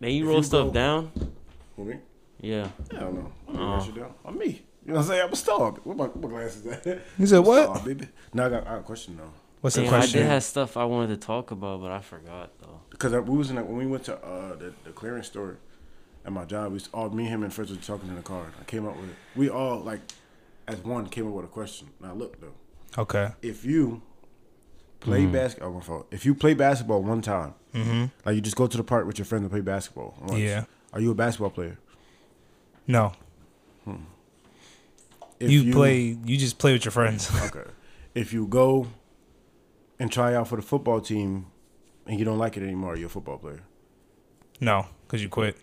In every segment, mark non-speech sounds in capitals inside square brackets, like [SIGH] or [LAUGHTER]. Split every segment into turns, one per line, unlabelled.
Man, you
If
roll
you
stuff
go-
down.
Who me? Oh,
Yeah.
I don't know. I'm gonna write you down. I'm uh, me. You know what I'm saying? I'm a star. Where my, where my glasses at?
[LAUGHS] You said
I'm a
what?
star, baby. Now I got, I got a question though.
What's the
Damn, I
question?
did have stuff I wanted to talk about, but I forgot though.
Because we was in that, when we went to uh, the, the clearance store at my job, we was all me, him, and Fritz was talking in the car. I came up with it. We all like as one came up with a question. Now look though,
okay.
if you play
Mm-hmm.
basketball, my fault. If you play basketball one time, like you just go to the park with your friends and play basketball. once,
Yeah.
Are you a basketball player?
No.
If
you, play you just play with your friends. [LAUGHS]
Okay. If you go and try out for the football team and you don't like it anymore, are you a football player?
no, because you quit.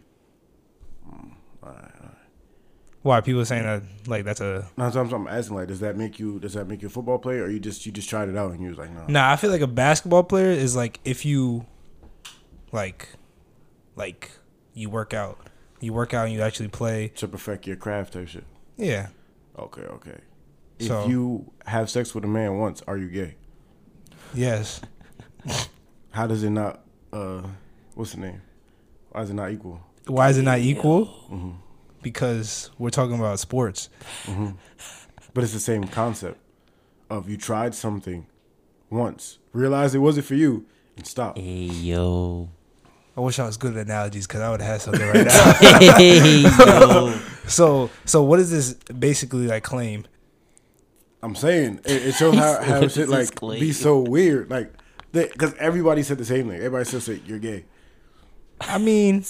Why people saying that like that's a
Now, sometimes I'm asking, like, does that make you? Does that make you a football player, or you just you just tried it out and you was like, no,
Nah, I feel like a basketball player is like if you like like you work out. You work out and you actually play.
to perfect your craft type shit?
Yeah.
Okay, okay.
So-
if you have sex with a man once, are you gay?
Yes.
How does it not? uh What's the name? Why is it not equal?
Why is it not equal? Because we're talking about sports.
But it's the same concept of you tried something once, realized it wasn't for you, and stopped.
Hey yo.
I wish I was good at analogies because I would have something right now.
[LAUGHS]
[LAUGHS]
hey yo.
so, so what is this basically like claim?
I'm saying it, it shows how,
[LAUGHS]
how
This
shit
is
like
clean.
be so weird, like because everybody said the same thing. Everybody still said you're gay.
I mean,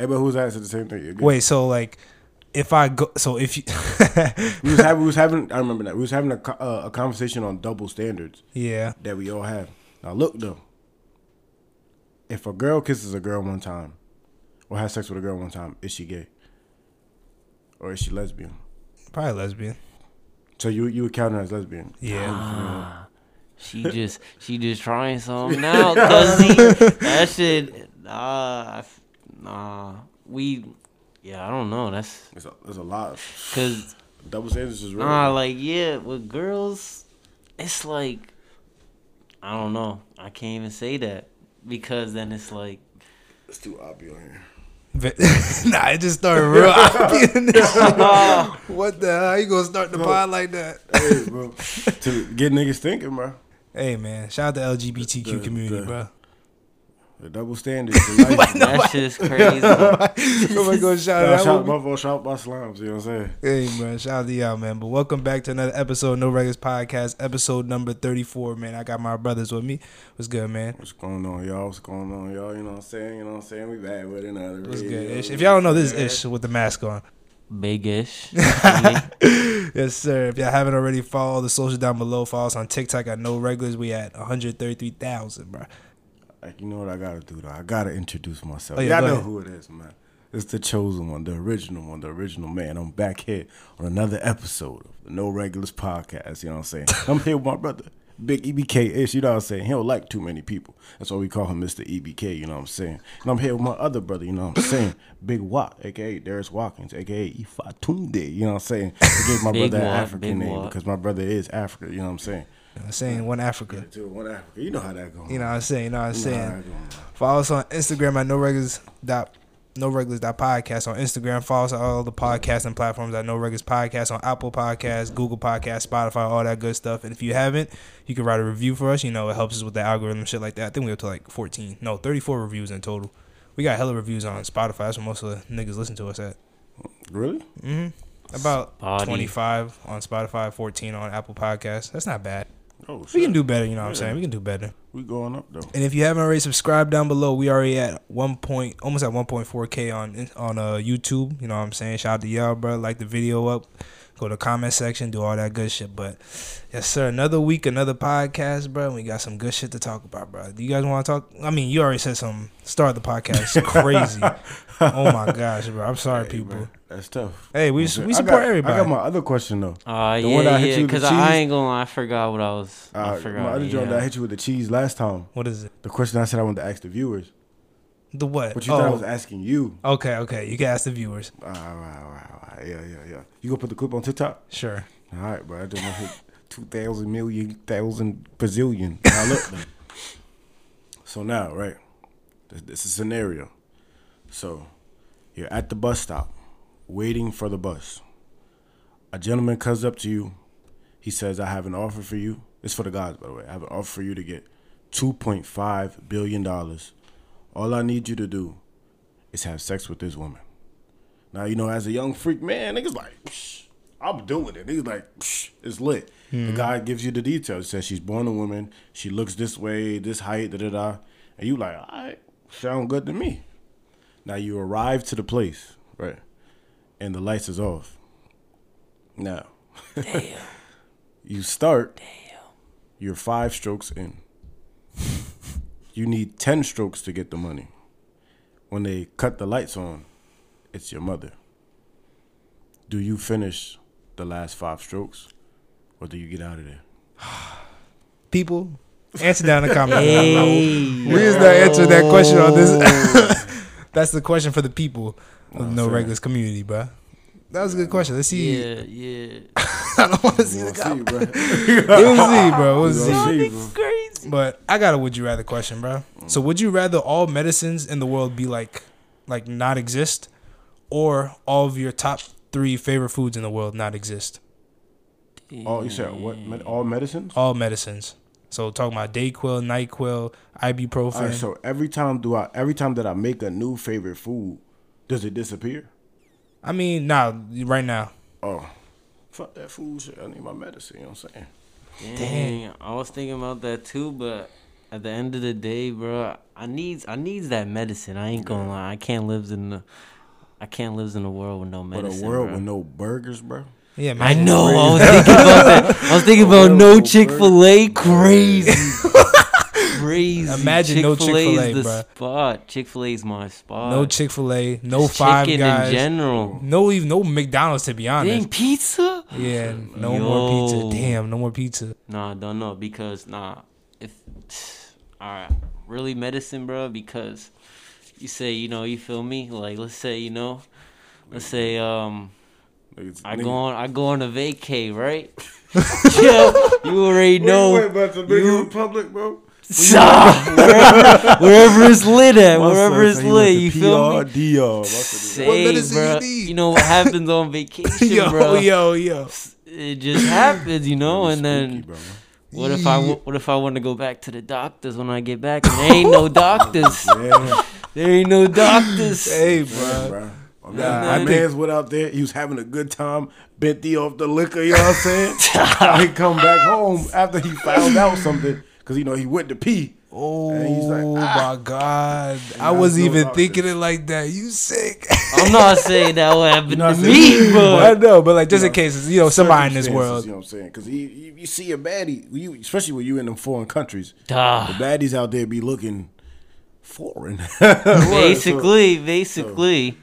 Everybody who's out said the same thing. You're gay.
wait. So like, if I go, so if you, [LAUGHS]
we was having we was having I remember that we was having a co- uh, a conversation on double standards
yeah,
that we all have. Now look though, if a girl kisses a girl one time, or has sex with a girl one time, is she gay, or is she lesbian?
probably lesbian.
So you you would count her as lesbian.
Yeah,
She just she just trying something out, cuz that shit nah I f- nah we yeah, I don't know. That's
There's a, there's a lot. Of,
cuz
double standards is real.
nah like yeah, with girls it's like I don't know. I can't even say that because then it's like
it's too obvious here.
But- [LAUGHS] nah, it just started [LAUGHS] real obvious. in this [LAUGHS] shit. what the hell? How you gonna start the pod like [LAUGHS] that?
Hey, bro, to get niggas thinking, bro.
Hey man, shout out to LGBTQ
The- the-
community, bro.
The double
[LAUGHS]
standards. in life.
that shit's crazy.
Oh my god, shout
Nah,
out.
shout, my fault, shout my slimes. You know what I'm saying?
Hey man, shout out to y'all, man. But welcome back to another episode of No Records Podcast, episode number thirty-four. Man, I got my brothers with me. What's good, man?
What's going on, y'all? What's going on, y'all? You know what I'm saying? You know what I'm saying? We back with another.
What's
video.
good, Ish? If y'all don't know, this is Ish with the mask on.
Bigish. Really?
yes, sir. If y'all haven't already, follow the social down below. Follow us on TikTok at No Regulars. We at 133,000, bro.
Like, you know what I gotta do though? I gotta introduce myself.
Oh,
y'all
yeah, go
know
ahead.
who it is, man. It's the chosen one, the original one, the original man. I'm back here on another episode of the No Regulars podcast. You know what I'm saying?
[LAUGHS]
I'm here with my brother, Big EBK Ish. You know what I'm saying? He don't like too many people. That's why we call him Mr. EBK. You know what I'm saying? And I'm here with my other brother. You know what I'm saying? Big Walk, aka Darius Watkins, aka Ifatunde. You know what I'm saying? I gave
[LAUGHS]
my
Big
brother an
Wok, Big
African name
Wok.
because my brother is Africa. You know what I'm saying?
I'm saying one Africa.
Dude, one Africa. You know how that goes.
You know what I'm saying? You know what I'm
You know how
saying?
that go, man.
Follow us on Instagram at No Regulars. Dot, no Regulars dot podcast on Instagram. Follow us on all the podcasting platforms at No Regulars Podcast on Apple Podcasts, Google Podcasts, Spotify, all that good stuff. And if you haven't, you can write a review for us. You know, it helps us with the algorithm, shit like that. I think we up to like 14, no, 34 reviews in total. We got hella reviews on Spotify. That's where most of the niggas listen to us at.
Really?
About
Spotty.
25 on Spotify, 14 on Apple Podcasts. That's not bad.
Oh, shit.
We can do better, you know what I'm
Yeah.
saying? We can do better.
We going up though.
And if you haven't already subscribed down below, we already at 1 point almost at 1.4k on on uh YouTube, you know what I'm saying? Shout out to y'all, bro. Like the video up. Go to comment section, do all that good shit, but yes sir, another week, another podcast, bro. And we got some good shit to talk about, bro. Do you guys want to talk? I mean, you already said some start of the podcast
[LAUGHS]
crazy. oh my gosh, bro. I'm sorry, people.
Bro, that's tough.
Hey, we
Okay.
we
I
support
got-
everybody.
I got my other question though.
Uh,
The one
yeah,
that hit
yeah,
you with the
because I,
cheese?
ain't gonna lie, I forgot what I was. I
Uh,
forgot.
my other joint
yeah.
that I hit you with the cheese last time.
what is it?
The question I said I wanted to ask the viewers,
The what? Oh.
but you thought I was asking you. Ah,
Okay, okay. You can ask the viewers.
All right, all right, all right. Yeah, yeah, yeah. You gonna put the clip on TikTok?
Sure.
All right, bro. I just hit [LAUGHS] two thousand million thousand Brazilian. Now look. though. so now, right? This, this is a scenario. So you're at the bus stop, waiting for the bus. A gentleman comes up to you. He says, I have an offer for you. It's for the guys, by the way. I have an offer for you to get $2.5 billion. All I need you to do is have sex with this woman. Now, you know, as a young freak man, niggas like, Psh, I'm doing it. Niggas like, Psh, it's lit. The guy gives you the details. He says she's born a woman. She looks this way, this height, da da da. And you like, all right, sound good to me. Now you arrive to the place, right? And the lights is off. Now, [LAUGHS] you start. You're five strokes in. you need ten strokes to get the money. When they cut the lights on, it's your mother. Do you finish the last five strokes, or do you get out of [LAUGHS] there?
People, answer down [LAUGHS] in the comment.
Hey,
We is not answering that question on this. [LAUGHS] That's the question for the people of
Nah,
no
fair.
regulars community, bruh. That was a good question. Let's see.
yeah, yeah.
[LAUGHS]
Ah,
I don't want to see
We'll
the
see,
[LAUGHS]
comment.
bro.
We'll see, bro. We'll
[LAUGHS] We'll see,
see.
bro.
Crazy.
But I got a would you rather question, bro. So would you rather all medicines in the world be like like not exist or all of your top 3 favorite foods in the world not exist?
All Oh, you said what? Med- all medicines.
All medicines. So talking about Dayquil, Nyquil, ibuprofen.
All right, so every time do I? Every time that I make a new favorite food, does it disappear?
I mean, nah, right now.
Oh, fuck that food shit. I need my medicine. You know what I'm saying?
Dang, I was thinking about that too, but at the end of the day, bro, I needs I needs that medicine. I ain't gonna lie, I can't live in the I can't live in a world with no medicine.
but a world
bro.
with no burgers, bro.
Yeah, man.
I know. I was thinking about that. I was thinking about no Chick Fil A. Crazy, crazy.
Imagine no
Chick-fil-A
Chick-fil-A,
is the
bruh.
spot. Chick Fil A is my spot.
No Chick Fil A, no
Just
Five
chicken
Guys,
in general.
no even no McDonald's to be honest.
Dang pizza.
Yeah, no more
Yo.
pizza. Damn, no more pizza.
Nah, don't know because nah, if [SIGHS] all right, really medicine, bro. Because you say you know you feel me. Like let's say you know, let's say um
Niggas,
I
niggas-
go on I go on a vacay, [LAUGHS] right? yeah, you already know.
Wait, but the niggas in public, bro.
wherever, wherever it's lit at,
My
wherever
son
it's
said he went
lit,
to
you feel me?
PRDR. My son did
Say,
medicine you
bro,
need?
you know what happens on
[LAUGHS]
vacation,
[LAUGHS] yo,
bro.
yo, yo.
It just happens, you
that.
know. And
Spooky,
then
bro.
What if I w- what if I want to go back to the doctors when I get back? And there ain't
[LAUGHS]
no doctors.
Yeah,
There ain't no doctors.
Hey,
yeah,
bro.
bro. I mean,
Nah,
my
I
man's went out there. He was having a good time. Bent the off the liquor. You know what I'm
[LAUGHS]
saying? he come back home after he found out something because you know he went to pee.
Oh
And he's like,
my God! I
I
wasn't
feel
even
about
thinking
this.
it like that. You sick? [LAUGHS]
I'm not saying that what happened
not
to
saying-
me, but
I know, but like just
You
in
know,
case you know somebody in this
Circumstances,
world.
You know what I'm saying? Because you, you, you see a baddie, you, especially when you in them foreign countries. The
Duh.
baddies out there be looking foreign. [LAUGHS] So- [LAUGHS]
basically, basically, but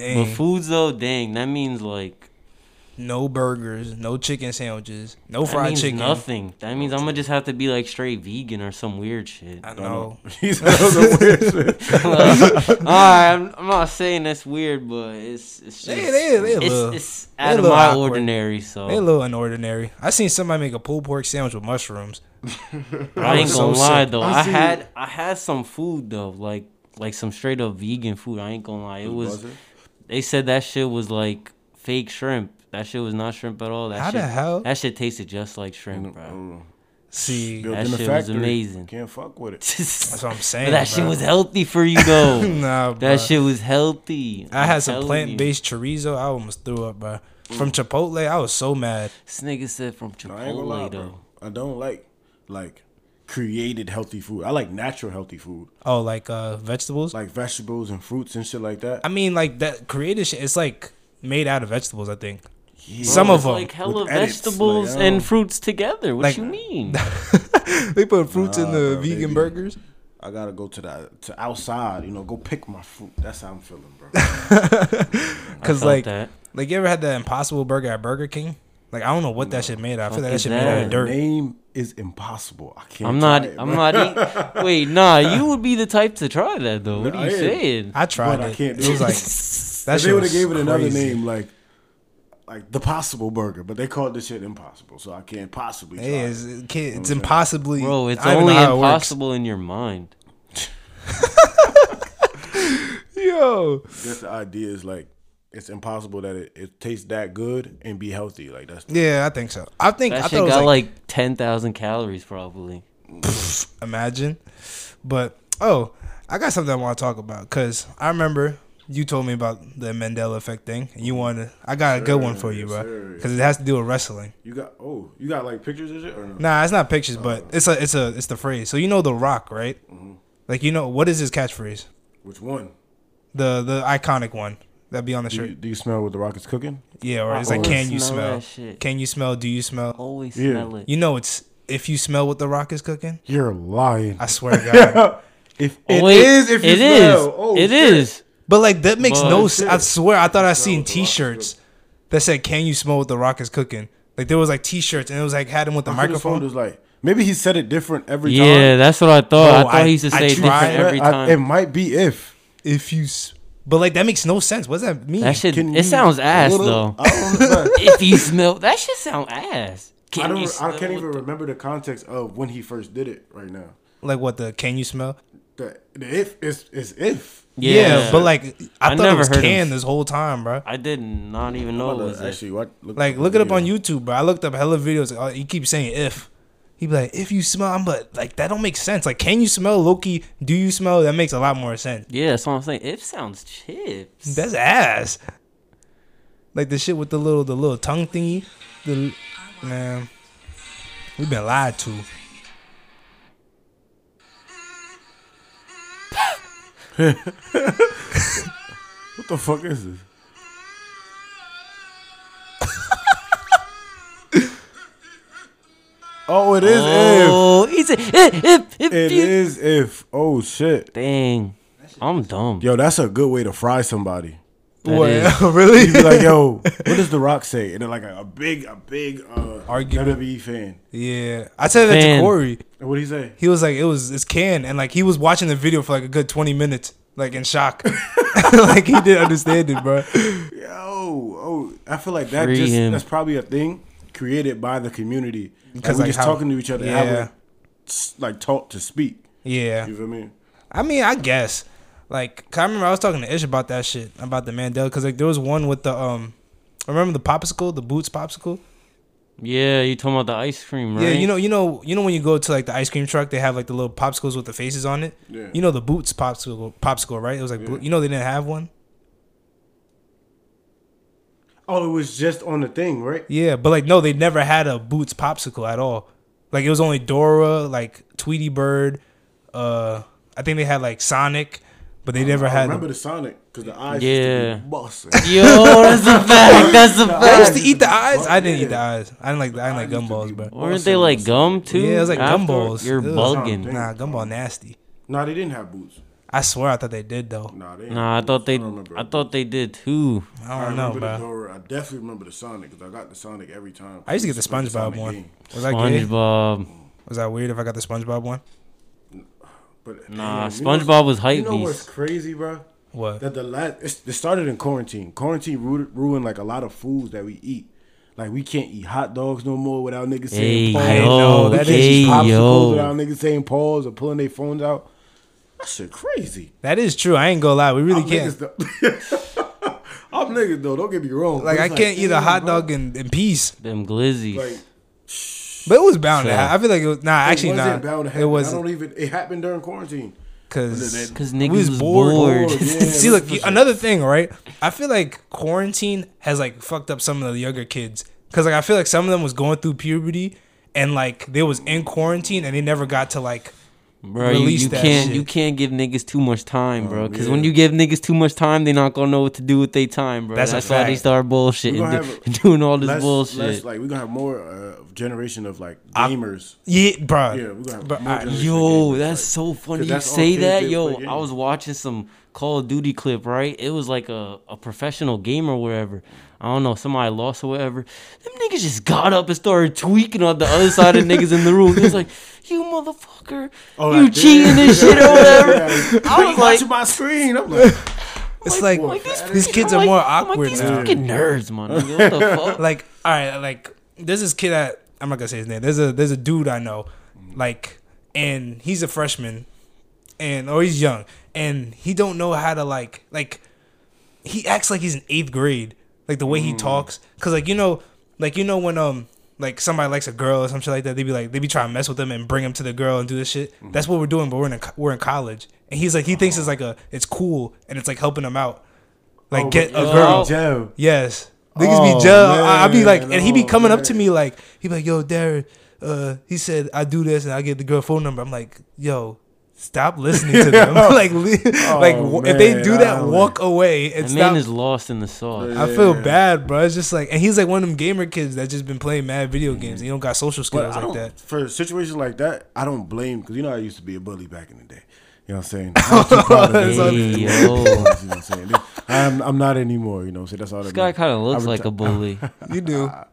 Dang,
foods though, dang, that means like
no burgers, no chicken sandwiches, no
that
fried
means
chicken.
nothing. That means I'm gonna just have to be like straight vegan or some weird
[LAUGHS]
shit. [LAUGHS]
I know.
He's out of the
All
way.
right, I'm, I'm not saying that's weird, but it's it's just
They- they- they a
it's,
little-
it's
they
out
a
of
little
my
awkward.
ordinary.
They a
So
little unordinary. I seen somebody make a pulled pork sandwich with mushrooms.
I ain't
was
gonna
so
lie
sick.
though,
I
I
see-
had I had some food though, like like some straight up vegan food. I ain't gonna lie, it was. They said that shit was like fake shrimp. That shit was not shrimp at all. That
How
shit,
the hell?
That shit tasted just like shrimp, bro. [LAUGHS]
Mm.
See,
Built
That
in the
shit was
factory.
amazing.
Can't fuck with it.
but
that's what I'm saying.
that shit
bruh.
was healthy for you though.
[LAUGHS] nah,
that
bruh.
shit was healthy.
I
I'm
had some
telling
plant
you.
based chorizo. I almost threw up, bro. From
Mm.
Chipotle, I was so mad.
This nigga said from
No, I ain't gonna
Chipotle
lie,
though.
bro. I don't like like created healthy food. I like natural healthy food,
Oh, like uh vegetables.
like vegetables and fruits and shit like that.
I mean, like that creative shit. It's like made out of vegetables. I think.
Yeah.
Some
Bro,
of
it's
them.
like hella
With edits,
vegetables
like, oh.
and fruits together. What
Like-
you
[LAUGHS]
mean?
they put fruits in
Nah,
the
bro,
vegan
they be-
burgers.
I gotta go to the to outside. You know, go pick my fruit. That's how I'm feeling,
[LAUGHS]
bro.
Because
felt
like,
that.
like you ever had that Impossible Burger at Burger King? Like I don't know what that shit made out. of. I feel
Fuck
like that
is
shit made out of
that?
The
dirt.
name is impossible. I can't.
I'm not.
try it,
I'm
bro.
not.
[LAUGHS]
Eat. Wait, nah. You would be the type to try that though. What
Nah,
are you
I am.
saying?
I tried
But I
it.
can't
it
do
was
it.
like that
If
shit.
they would have
was
gave it another
crazy.
name, like like the Possible Burger, but they called this shit impossible, so I can't possibly. Try
Hey, it's,
it.
it can't- it's impossibly.
Bro, it's
I don't even
only
know how it works.
impossible in your mind.
Yo.
Just the idea is like it's impossible that it, it tastes that good and be healthy. Like that's
Yeah, I think so. I think
That
I thought
shit
it was
got
like,
like, ten thousand calories probably.
imagine. But oh, I got something I want to talk about because I remember you told me about the Mandela effect thing, and you wanted. I got a good one for you, bro,
sure.
because it has to do with wrestling.
you got. Oh, you got like pictures and shit or no?
Nah, it's not pictures, but it's a, it's a, it's the phrase. So you know the Rock, right? Like you know what is his catchphrase?
Which one?
The the iconic one that be on the
Do
shirt.
you, do you smell what the rocket's cooking?
yeah, or
I
it's like
always
can you
smell
smell?
that shit.
Can you smell? Do you smell?
Always
Yeah.
smell it.
You know it's if you smell what the Rock is cooking.
You're lying.
I swear to God.
[LAUGHS] if
Oh,
it
wait,
is, if you
it
smell.
is.
Oh,
It
shit.
is.
But like that makes
But-
no sense. I swear, I thought I seen
what The Rock is
T-shirts that said "Can you smell what the Rock is cooking?" Like there was like T-shirts and it was like had him with the
I could've
microphone.
found was like maybe he said it different every
Yeah,
time.
that's what I thought.
Bro,
I thought
I-
he used to
I
say it
tried
different every
I-
time.
it might be if.
If you, s- but like that makes no sense. What does that mean?
that shit.
Can
It
you-
sounds ass
Little-
though.
I don't,
[LAUGHS]
know, but
if you smell, that shit sound ass. Can
I,
you
don't,
smell
I can't
it?
even remember the context of when he first did it right now.
like what the "Can you smell"?
The, the if is, is if.
Yeah,
Yeah, but like
I
I, thought it
never
was
heard of-
"Can" this whole time, bro.
I did not even know
I'm
it
about
was
to
that.
actually, what, look
Like
the
look it up
video.
on YouTube, bro. I looked up hella videos. Uh, you keep saying "if." He be like, if you smell, I'm but like that don't make sense. Like, can you smell Loki? Do you smell? That makes a lot more sense.
Yeah, that's what I'm saying. It sounds chips.
That's ass. Like the shit with the little the little tongue thingy. The man, we've been lied to.
What the fuck is this? [LAUGHS] oh, it is
oh, he said, "If- if- if
if. It
you-"
is if. Oh shit.
Dang, I'm dumb.
Yo, that's a good way to fry somebody.
That is-
You be
[LAUGHS] really?
like, yo, what does The Rock say? And then like a, a big, a big uh,
Argument.
WWE fan.
yeah, I said that
Man.
to Corey.
And What do he say?
He was like, it was it's can, and like he was watching the video for like a good twenty minutes, like
[LAUGHS]
in shock, [LAUGHS] like he didn't understand it, bro.
Yo, oh, I feel like that
Free
just
him.
that's probably a thing created by the community. Because
Because,
we're
like,
just
how-
talking to each other, how
Yeah.
we're s- like taught to speak.
Yeah,
You feel me?
I mean, I guess. Like, 'cause I remember I was talking to Ish about that shit about the Mandela, because like there was one with the um, remember the popsicle, the boots popsicle.
Yeah, you talking about the ice cream, right?
Yeah, you know, you know, you know when you go to like the ice cream truck, they have like the little popsicles with the faces on it.
Yeah.
You know the boots popsicle, popsicle, right? It was like blue. you know they didn't have one.
Oh, it was just on the thing, right?
Yeah, but like no, they never had a boots popsicle at all. Like it was only Dora, like Tweety Bird. Uh, I think they had like Sonic, but they never
I
had.
remember
them.
the Sonic because the eyes
Yeah.
used to be busting.
Yo, that's a fact. That's
[LAUGHS]
a
I
fact.
used to eat the eyes. I didn't eat the
Yeah.
eyes. I didn't like. I
Eyes
didn't like
used to be
gumballs, bro.
Weren't they like gum too?
Yeah, it was like
afterwards?
gumballs.
You're
Ugh.
bugging.
Nah, gumball nasty.
No, they didn't have boots.
I swear I thought they did though.
Nah, they. didn't
Nah, I
have
thought
boots.
they.
don't remember.
I thought they did too.
I
I
don't know,
remember the
bro.
Dora. I definitely remember the Sonic because I got the Sonic every time.
I used to get the
Split
SpongeBob
Sonic
one.
game.
Was that gay?
SpongeBob.
Was that weird if I got the SpongeBob one?
But
Nah,
damn, you know
SpongeBob was
what's-
hype
You know what's
beast.
crazy, bro?
What?
That the last it's, it started in quarantine. Quarantine ru- ruined like a lot of foods that we eat. Like we can't eat hot dogs no more without niggas
Hey
saying pause.
yo,
know, that
We can't
hey
eat popsicles
yo.
without niggas saying pause or pulling their phones out. That shit crazy.
That is true. I ain't gonna lie. We really
I'm
can't.
niggas though. [LAUGHS] I'm niggas though. Don't get me wrong.
Like
It's
I can't eat a
damn,
hot
bro.
dog in, in peace.
Them glizzies.
Like
But it was bound to
Fair.
happen. I feel like it was nah.
it
actually,
wasn't
nah.
bound to happen.
it
I don't
wasn't
even. It happened during quarantine.
because
Cause
we
niggas
was
was,
bored.
bored. [LAUGHS]
Bored, yeah.
[LAUGHS] See,
that's
look,
for sure.
another thing, right? I feel like quarantine has like fucked up some of the younger kids because like I feel like some of them was going through puberty and like they was in quarantine and they never got to like
bro, you,
Release
you
that
can't
shit. Oh,
you can't give niggas too much time, bro. Because when
yeah.
you give niggas too much time, they not gonna know what to do with their time, bro.
That's
That's,
a
why they
fact.
start
We
bullshitting,
gonna
do-
have a-
[LAUGHS] doing all this
Less,
bullshit.
less, like we're gonna have more uh, generation of like gamers.
yeah, bro.
yeah, we're gonna have
Bruh,
more
I-
generation
Yo,
of gamers,
that's
like,
so funny.
'cause
You
that's all
say
kids
that,
do is
yo.
play
I was
games.
watching some Call of Duty clip, right? It was like a, a professional game or whatever. I don't know, somebody lost or whatever. Them niggas just got up and started tweaking on the other side of niggas in the room. It was like, [LAUGHS] you motherfucker,
Oh,
you
like,
cheating and shit
[LAUGHS]
or whatever. I was like,
watching my screen. I'm like,
[LAUGHS] It's like,
these,
these
freaking-
kids
I'm
are
like-
more
I'm like,
awkward
these
now.
fucking nerds, man. What
[LAUGHS]
the fuck?
[LAUGHS] like all right like there's this kid that i'm not gonna say his name there's a there's a dude i know like and he's a freshman and or he's young and he don't know how to like like he acts like he's in eighth grade like the way he talks because like you know like you know when um like somebody likes a girl or some shit like that they be like they be trying to mess with them and bring them to the girl and do this shit that's what we're doing but we're in a, co- we're in college and he's like he thinks it's like a it's cool and it's like helping him out like
Oh,
get a
yo.
girl
Joe.
Yes. Niggas
Oh,
be jail. I, I be like,
man.
and he be
Oh,
coming up
man.
to me like, he be like, yo, Darren, uh, he said, I do this and I get the girl phone number. I'm like, yo, stop listening
[LAUGHS]
to them. [LAUGHS] like, le- like w if they
Oh, man,
do that,
I-
walk away and
That
stop.
man is lost in the sauce.
I feel bad, bro. It's just like, and he's like one of them gamer kids that just been playing mad video games. And he don't got social
But
skills
I
like
don't,
that.
for situations like that, I don't blame because you know I used to be a bully back in the day. You know what I'm saying? I was too proud of
Hey,
it.
yo.
[LAUGHS] You know what I'm saying? I'm, I'm not anymore. You know, so that's all.
This guy kind of looks like a
[LAUGHS]
bully.
You do.
Uh,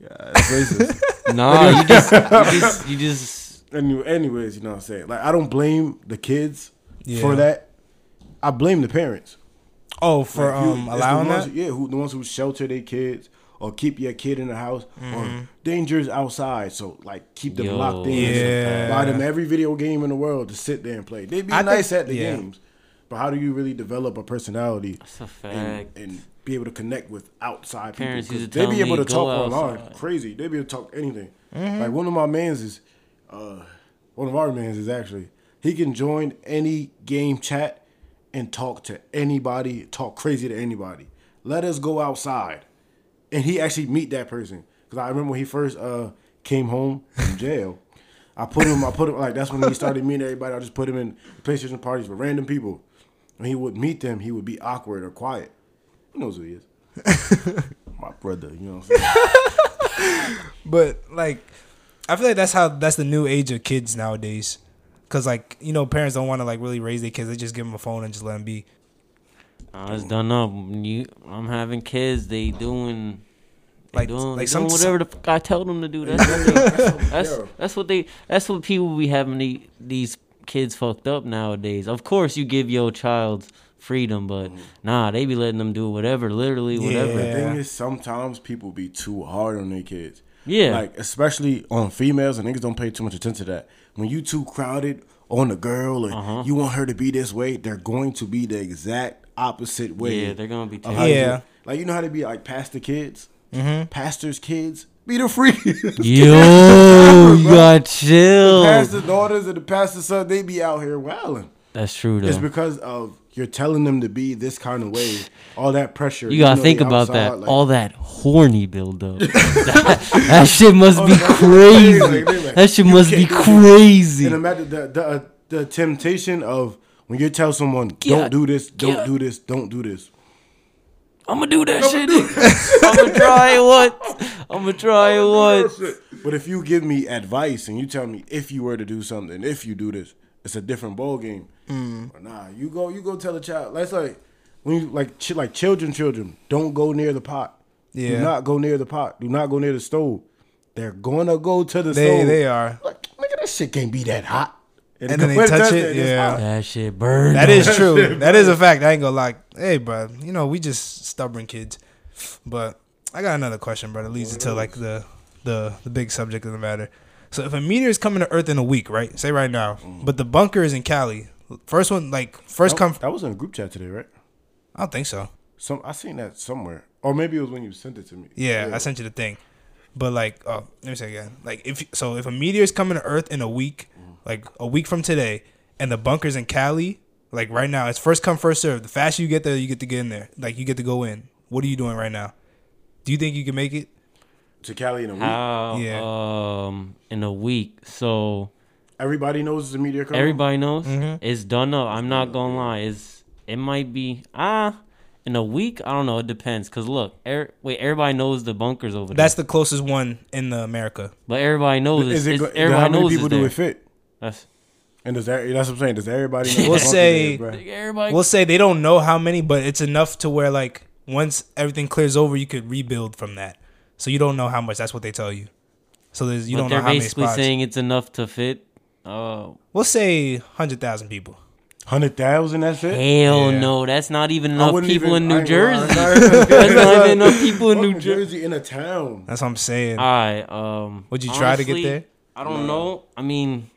racist. [LAUGHS]
nah, you just, you just, you just.
Any- anyways, you know what I'm saying? Like I don't blame the kids
Yeah.
for that. I blame the parents
Oh, for
Like, you-
um
it's the
allowing
ones-
that.
Yeah, who the ones who shelter their kids or keep your kid in the house
Mm-hmm.
or dangers outside. So like keep them
Yo,
locked in.
Yeah.
Buy them every video game in the world to sit there and play. They be
I
nice
think-
at the
yeah.
games, but how do you really develop a personality
That's a
and,
fact.
and be able to connect with outside
Parents
people?
used
'Cause
to
they
tell
be able
me,
to talk
"Go
online,
outside." Mm-hmm.
crazy. They be able to talk anything. Like one of my man's is, uh, one of our man's is actually he can join any game chat and talk to anybody, talk crazy to anybody. Let us go outside, and he actually meet that person. Cause I remember when he first uh came home
[LAUGHS]
from jail. I put him. I put him like that's when he started meeting everybody. I just put him in PlayStation parties with random people. When he would meet them, he would be awkward or quiet. He knows who he is. My brother, you know what I'm saying?
But like, I feel like that's how that's the new age of kids nowadays. Cause like you know, parents don't want to like really raise their kids. They just give them a phone and just let them be.
I was done up. You, I'm having kids. They doing. They
Like-
doing,
like
they
some-
doing whatever the fuck I tell them to do. That's what they, that's,
[LAUGHS] Yo.
that's what they. That's what people be having the, these kids fucked up nowadays. Of course, you give your child freedom, but
Mm.
nah, they be letting them do whatever, literally whatever.
Yeah.
The thing is, sometimes people be too hard on their kids.
Yeah.
Like, especially on females, and niggas don't pay too much attention to that. When you too crowded on a girl and
Uh-huh.
you want her to be this way, they're going to be the exact opposite way.
Yeah, they're gonna be
of how
terrible.
you do-
Yeah.
Like, you know how they be like pastor kids?
Mm-hmm.
Pastor's kids? Be the free. [LAUGHS]
Yo, you
bro.
got chill.
pastor's daughters and the pastor's son, they be out here wilding.
That's true
It's
though.
because of you're telling them to be this kind of way, all that pressure.
You gotta
know,
think
they
about
outside,
that.
like-
All that horny
[LAUGHS]
buildup. that, that shit must be
that's what
crazy.
I'm saying, like, they like,
that shit
you
must be
can't do this.
crazy.
And imagine the the, uh, the temptation of when you tell someone, "Don't
Yeah.
do this, don't
Yeah.
do this, don't do this."
I'm gonna do that shit. I'm gonna try it once. I'm gonna try it once.
But if you give me advice and you tell me if you were to do something, if you do this, it's a different ball game.
Mm.
Or nah, you go, you go tell a child. That's like when you like chi- like children, children don't go near the pot.
Yeah.
do not go near the pot. Do not go near the stove. They're gonna go to the
They
stove.
they are.
Like, nigga, that shit can't be that hot.
And then they
when
touch
does it's
it, yeah.
hot.
That shit burned.
That is true. That is a fact. I ain't gonna lie. Hey, bro, you know we just stubborn kids. But I got another question, bro. That leads into like the the the big subject of the matter. So if a meteor is coming to Earth in a week, right? Say right now, but the bunker is in Cali. First one, like first come.
That was in a group chat today, right?
I don't think so.
Some I seen that somewhere, or maybe it was when you sent it to me.
Yeah, I sent you the thing. But like, oh, let me say again. Like, if so, if a meteor's coming to Earth in a week, like a week from today, and the bunkers in Cali, like right now, it's first come first serve. The faster you get there, you get to get in there. Like, you get to go in. What are you doing right now? Do you think you can make it?
to Cali in a week.
How,
Yeah.
Uh, Um, in a week. So
Everybody knows it's a meteor coming.
everybody knows it's done up. I'm not gonna lie. It's it might be ah in a week. I don't know. It depends. Cause look, er, wait, everybody knows the bunkers over there.
That's the closest one in uh, America.
But everybody knows. It's,
Is it?
it's-
go-
everybody
how many
knows
people
it's
do
there.
it fit?
That's
And does that, that's what I'm saying? Does
[LAUGHS]
everybody? Know
We'll
it's
say-
gonna be there, bruh?
everybody.
We'll say they don't know how many, but it's enough to where like once everything clears over, you could rebuild from that. So you don't know how much. That's what they tell you. So there's you
but
don't know
they're
how many
basically
spots.
saying it's enough to fit. Oh
we'll say hundred thousand people.
hundred thousand. That's it.
hell
Yeah.
no! That's not even
I
enough
wouldn't
people
even-
in
I
New
ain't gonna
Jersey. [LAUGHS]
lie. [LAUGHS]
That's not even enough people in
Fuck
New Jersey.
in a town.
That's what I'm
Uh,
saying.
All right. Um,
Would you try to get there?
I don't know. I mean,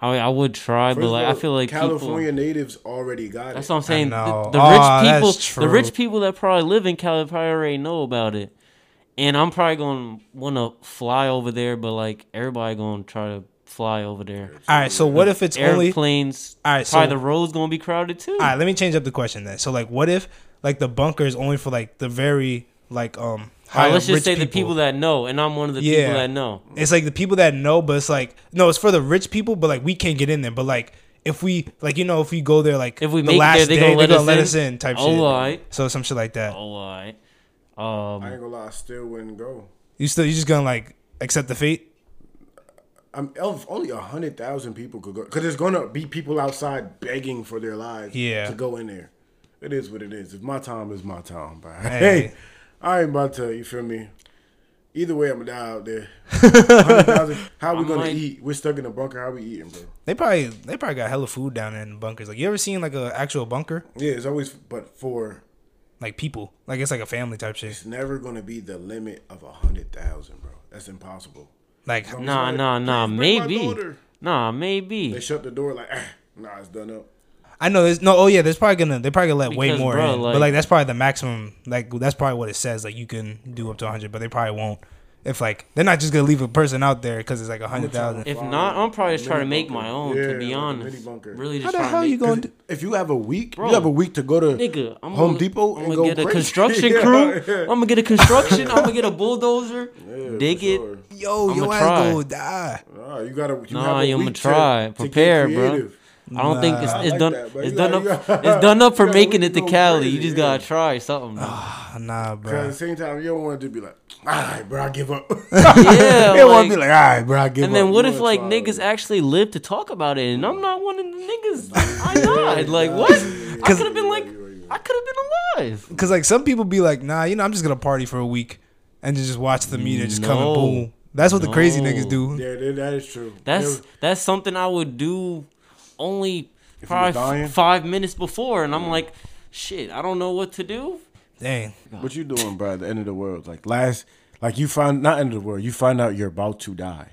I mean, I would try, but
First of
like I
all,
feel like
California
people.
natives already got
That's
it.
what I'm saying. The,
know.
the
Ah,
rich
that's
people, the
true.
rich people that probably live in Cali probably already know about it, and I'm probably gonna want to fly over there. But like everybody gonna try to fly over there.
All right, so what if it's only? All
Airplanes.
All right, so-
probably the roads gonna be crowded too.
right, let me change up the question then. So like, what if like the bunker is only for like the very like um
All
high
right, let's
up rich
just say
people.
the people that know, and I'm one of the
Yeah.
people that know.
It's like the people that know, but it's like no, it's for the rich people, but like we can't get in there. But like if we like you know if we go there like
If we
the
make it there, they gonna let
gonna
us
let
in?
us in type
Oh,
shit.
alright.
So some shit like that.
Oh, all right.
I
Um,
ain't gonna lie, I still wouldn't go.
You still you just gonna like accept the fate?
I'm if only hundred thousand people could go because there's gonna be people outside begging for their lives.
Yeah.
to go in there. It is what it is. If my time is my time, but
Hey.
hey, [LAUGHS] I ain't about to. You feel me? Either way, I'm gonna die out there. 100,000 how we
I
gonna
might-
eat? We're stuck in a bunker. How we eating, bro?
They probably they probably got hella food down there in the bunkers. Like you ever seen like a actual bunker?
Yeah, it's always but for
Like people. Like it's like a family type shit.
it's never gonna be the limit of hundred thousand, bro. That's impossible.
Like
nah,
sorry.
nah, nah.
Please bring my
Maybe.
daughter.
Nah, maybe.
They shut the door like, ah, nah, it's done up.
I know there's no oh yeah, there's probably gonna they probably gonna let way
Because,
more
bro,
in.
like-
but like that's probably the maximum like that's probably what it says. Like you can do up to hundred, but they probably won't. If like they're not just gonna leave a person out there because it's like a hundred thousand.
If not, I'm probably just
Mini
trying to make my
bunker.
own.
Yeah,
to be
like a
honest,
mini bunker.
really
How
just
the
trying
hell
to
you
make.
going
Because
to
If you have a week,
Bro.
you have a week to go to
Nigga, I'm
Home
gonna,
Depot
I'm
and
gonna
go
get a
crazy. [LAUGHS]
construction
Yeah,
crew.
yeah.
I'm gonna get a construction. I'm gonna
[LAUGHS]
get a bulldozer.
Yeah,
dig
for
it.
sure.
yo,
I'ma
yo ass
try.
gonna die.
Nah, you gotta. You
Nah,
have a
I'm gonna
week to-
try.
to get
Prepare, bro.
creative.
I don't think it's,
Nah, I
it's
like
done.
that, bro.
it's
You
done
gotta-
up.
you gotta-
it's done up for
[LAUGHS] you gotta
making it to
go
Cali.
crazy,
you just
yeah.
gotta try
[LAUGHS]
something. bro.
Ah, Nah,
But at
bro.
the same time, you don't want to be like, all right, bro, I give up. [LAUGHS]
yeah.
you don't want
like-
to be like, all right, bro, I give up.
and then what
You
if
wanna
like
try.
niggas actually live to talk about it? And I'm not one of the
[LAUGHS]
niggas. I died. Like what? I could have been like. I could have been alive.
Because like some people be like, nah, you know, I'm just gonna party for a week and just just watch the media just come
No.
and boom. That's what the crazy
No.
niggas do.
Yeah, that, that is true.
That's
Yeah,
that's something I would do only
If you were
probably
dying?
f- five minutes before, and I'm like, shit, I don't know what to do.
Dang.
what you doing, bro? At the end of the world, like last, like you find not end of the world. You find out you're about to die.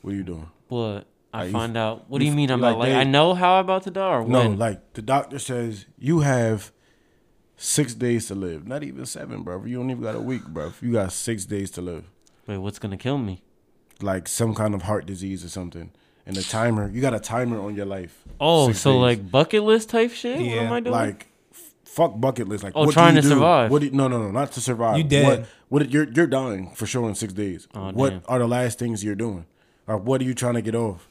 What are you doing?
But I
Are you-
find out. What do
you
you
f-
mean? I'm
you
about
like
like I
they-
know how I'm about to die or
No,
when?
like the doctor says, you have six days to live. Not even seven, bro. You don't even got a week, bro. You got six days to live.
Wait, what's gonna kill me?
Like some kind of heart disease or something. And the timer, you got a timer on your life.
Oh,
Six
so
days.
like bucket list type shit? What
Yeah,
am I doing?
like f- fuck bucket list. Like
Oh,
what do
trying
you
to
do?
survive.
What do you, no, no, no, not to survive.
You dead.
What, what you're you're dying for sure in six days.
Oh,
what
damn.
are the last things you're doing? Or what are you trying to get off?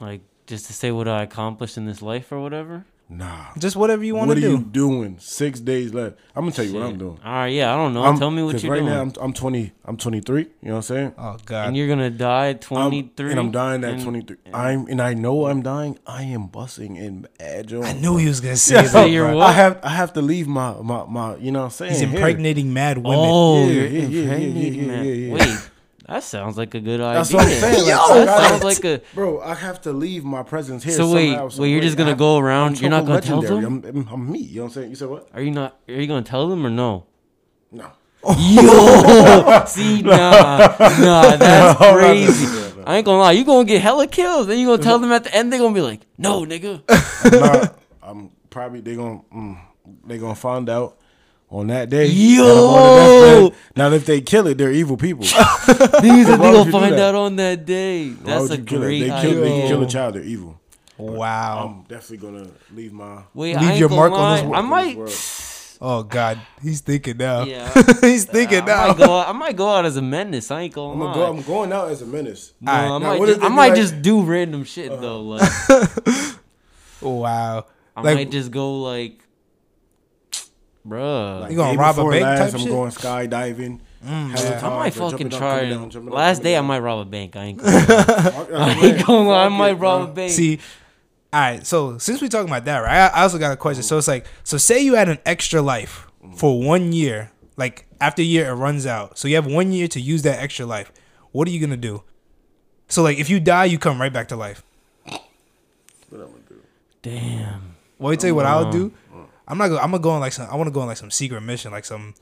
like just to say what I accomplished in this life or whatever.
Nah.
Just whatever you want
What
to
are
do.
you doing? Six days left. I'm gonna tell you what I'm
Shit.
doing.
All right, yeah, I don't know.
I'm,
Tell me what
Um, 'cause
you're
right
doing.
now. I'm, I'm 20. I'm 23. You know what I'm saying?
oh
and
god.
you're gonna die at
I'm-
23.
and I'm dying at
and-
23. I'm and I know I'm dying. I am bussing in bad joint.
I knew he
[LAUGHS]
was gonna say
So
that.
you're
bro.
what?
I have I have to leave my my, my you know what I'm saying
He's
here.
impregnating mad women.
Oh,
Yeah,
you're
yeah, yeah, yeah,
impregnating
yeah,
man.
yeah, yeah.
Wait, that sounds like a good idea.
That's what I'm saying. Like, I
that
gotta-
sounds like a.
Bro, I have to leave my presence here.
So wait,
somehow,
wait,
some
you're
way.
just gonna
I-
go around. You're not
Uncle
gonna tell
Legendary.
them.
I'm, I'm, I'm me. You know what I'm saying? You said what?
Are you not? Are you gonna tell them or no?
No. [LAUGHS]
Yo, see, nah, nah, that's
No, no, no,
crazy.
no,
I ain't gonna lie, you gonna get hella kills. Then you gonna tell them at the end. They gonna be like, no,
[LAUGHS]
nigga.
I'm, not, I'm probably they gonna mm, they gonna find out on that day.
Yo!
That'll go on the deathbed. Now if they kill it, they're
[LAUGHS]
evil people. [LAUGHS] Why
Niggas, they
would you
gonna
do
find
that?
out on that day. That's
would
a
you kill it?
great
They kill, they
idea.
kill a child. They're evil.
Wow.
I'm definitely gonna leave my.
Wait,
Leave
I ain't
your
gonna
mark on
lie.
this
I
world.
might.
oh god. He's thinking now.
Yeah.
[LAUGHS] He's thinking
I
now.
might, go out, I might go out as a menace. I ain't gonna
I'm,
lie.
gonna go, I'm going out as a menace.
No, Um, I,
Alright,
now
might,
what
just,
if they
I
be
might
like-
just do random shit though. Uh, [LAUGHS] Like
Oh, Wow.
I
Like-
might just go like, bruh.
Like,
You gonna
day
rob a
before
bank
last,
type
I'm
shit?
going skydiving. hella
yeah. I
Mm. I
times,
might
bro,
fucking
jumping down,
try.
coming
and-
down, jumping down,
last
coming
day I
down.
might rob a bank. I ain't [LAUGHS] gonna. lie. I ain't gonna. lie, I might rob a bank.
See, all right. So since we're talking about that, right? I, I also got a question. So it's like, so say you had an extra life for one year. Like after a year, it runs out. So you have one year to use that extra life. What are you gonna do? So like, if you die, you come right back to life.
damn.
Well, I tell you what I'll do. I'm not. Gonna, I'm gonna go on like some. I want to go on like some secret mission, like some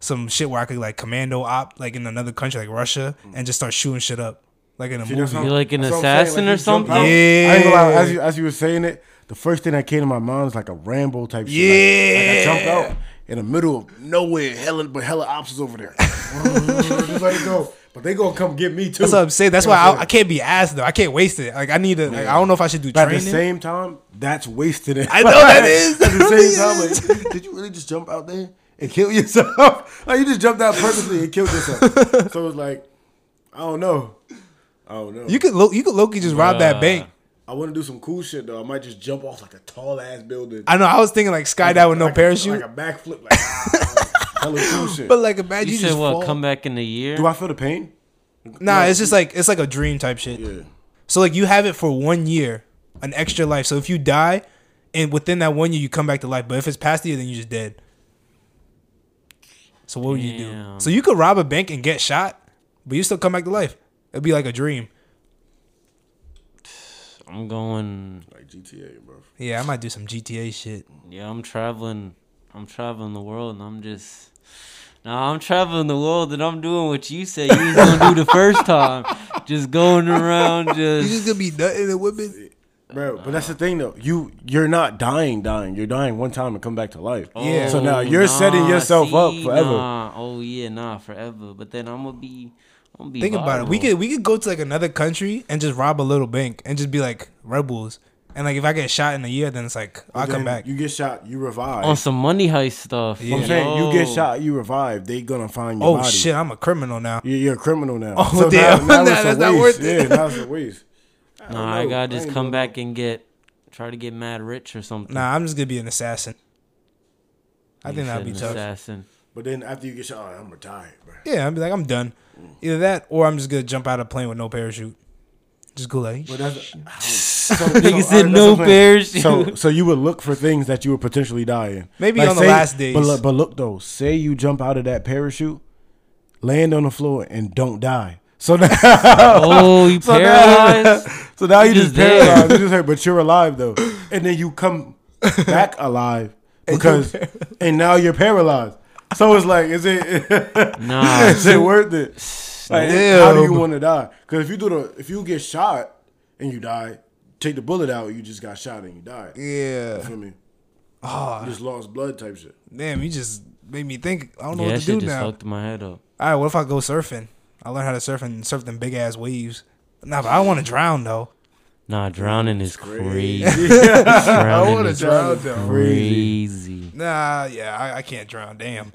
some shit where I could like commando op, like in another country, like Russia, and just start shooting shit up. like in a
See,
movie.
that's how-
You're like an
that's what I'm
assassin
saying, like,
or
you jump
something?
out. I ain't gonna lie, as
Yeah.
you, as you were saying it, the first thing that came to my mind was like a Rambo type shit.
Yeah.
Like, like I jumped out in the middle of nowhere, hella but hella options over there. [LAUGHS] Just let it go. But they gonna come get me too.
That's what I'm saying. That's
You know
why
what I'm
I, I can't be asked though. I can't waste it. Like I need to. Like, I don't know if I should do
But at the
training.
same time, that's wasted.
I know that is.
[LAUGHS] At the
That really
same time,
is. [LAUGHS]
like, did you really just jump out there and kill yourself? [LAUGHS] like you just jumped out purposely and killed yourself. so it's like, I don't know. I don't know.
you could lo- you could Loki just rob that
Bruh.
bank.
I want to do some cool shit though. I might just jump off like a tall ass building.
I know. I was thinking like skydive with no
Like a-
parachute,
like a backflip, like
[LAUGHS]
hella cool shit.
but like imagine
You,
you,
said
just
what?
fall.
Come back in a year?
Do I feel the pain?
nah, it's just like it's like a dream type shit.
Yeah.
So like you have it for one year, an extra life. So if you die, and within that one year you come back to life, but if it's past the year, then you're just dead. So what would you do?
Damn.
So you could rob a bank and get shot, but you still come back to life. It'd be like a dream.
I'm going.
Like GTA, bro.
Yeah, I might do some GTA shit.
Yeah, I'm traveling. I'm traveling the world, and I'm just. Nah, I'm traveling the world, and I'm doing what you said you was gonna do the first [LAUGHS] time. Just going around,
You
just.
just gonna be nutting and whipping.
Bro, but that's the thing though. You you're not dying, dying. You're dying one time and come back to life.
Yeah.
So now
Oh,
you're setting
nah,
yourself up
see,
forever.
Nah. Oh yeah, nah, forever. But then I'm gonna be. I'm gonna be.
Think about it. We
viral.
could we could go to like another country and just rob a little bank and just be like rebels. And like if I get shot in a year, then it's like I
Then
come back.
You get shot. You revive.
on some money heist stuff.
Yeah.
I'm saying you get
Yo.
shot. You revive. They gonna find your
Oh
body.
shit, I'm a criminal now.
You- You're a criminal now.
Oh, damn. [LAUGHS] Nah,
it's a
that's not
waste.
worth it.
Yeah, now it's a waste.
Nah,
I
I
don't know.
gotta
I
just
ain't
come
know.
back and get, try to get mad rich or something.
Nah, I'm just gonna be an assassin. I
You
think that'd
said
be
an
tough.
Assassin.
But then after you get shot, "Oh, I'm retired, bro.
Yeah, I'd be like, I'm done. Either that or I'm just gonna jump out of a plane with no parachute. Just go like
But that's so,
Nigga
so,
said
alright,
no
that's what I'm saying. So
parachute.
so you would look for things that you would potentially die in.
Maybe on the last days.
But look, but look though, say you jump out of that parachute, land on the floor, and don't die. So [LAUGHS] now,
Oh, you
so now,
paralyzed?
[LAUGHS] so now you
You
just
just dead.
paralyzed. You just hurt, but you're alive though, and then you come back alive because, and now you're paralyzed. So it's like, is it? [LAUGHS]
Nah,
is it worth it? Like, how do you want to die? Because if you do the, if you get shot and you die, take the bullet out, you just got shot and you died. You
Yeah.
feel me? You
Oh
just lost blood type shit.
damn, you just made me think I don't know
yeah, that
what to
shit
do
just
now.
fucked my head up.
Alright, what if I go surfing? I learn how to surf and surf them big ass waves. Nah, but I wanna drown though.
Nah, drowning is
crazy.
crazy. [LAUGHS]
[LAUGHS]
drowning
wanna
is
drown though.
crazy.
Nah, yeah, I, I can't drown. Damn.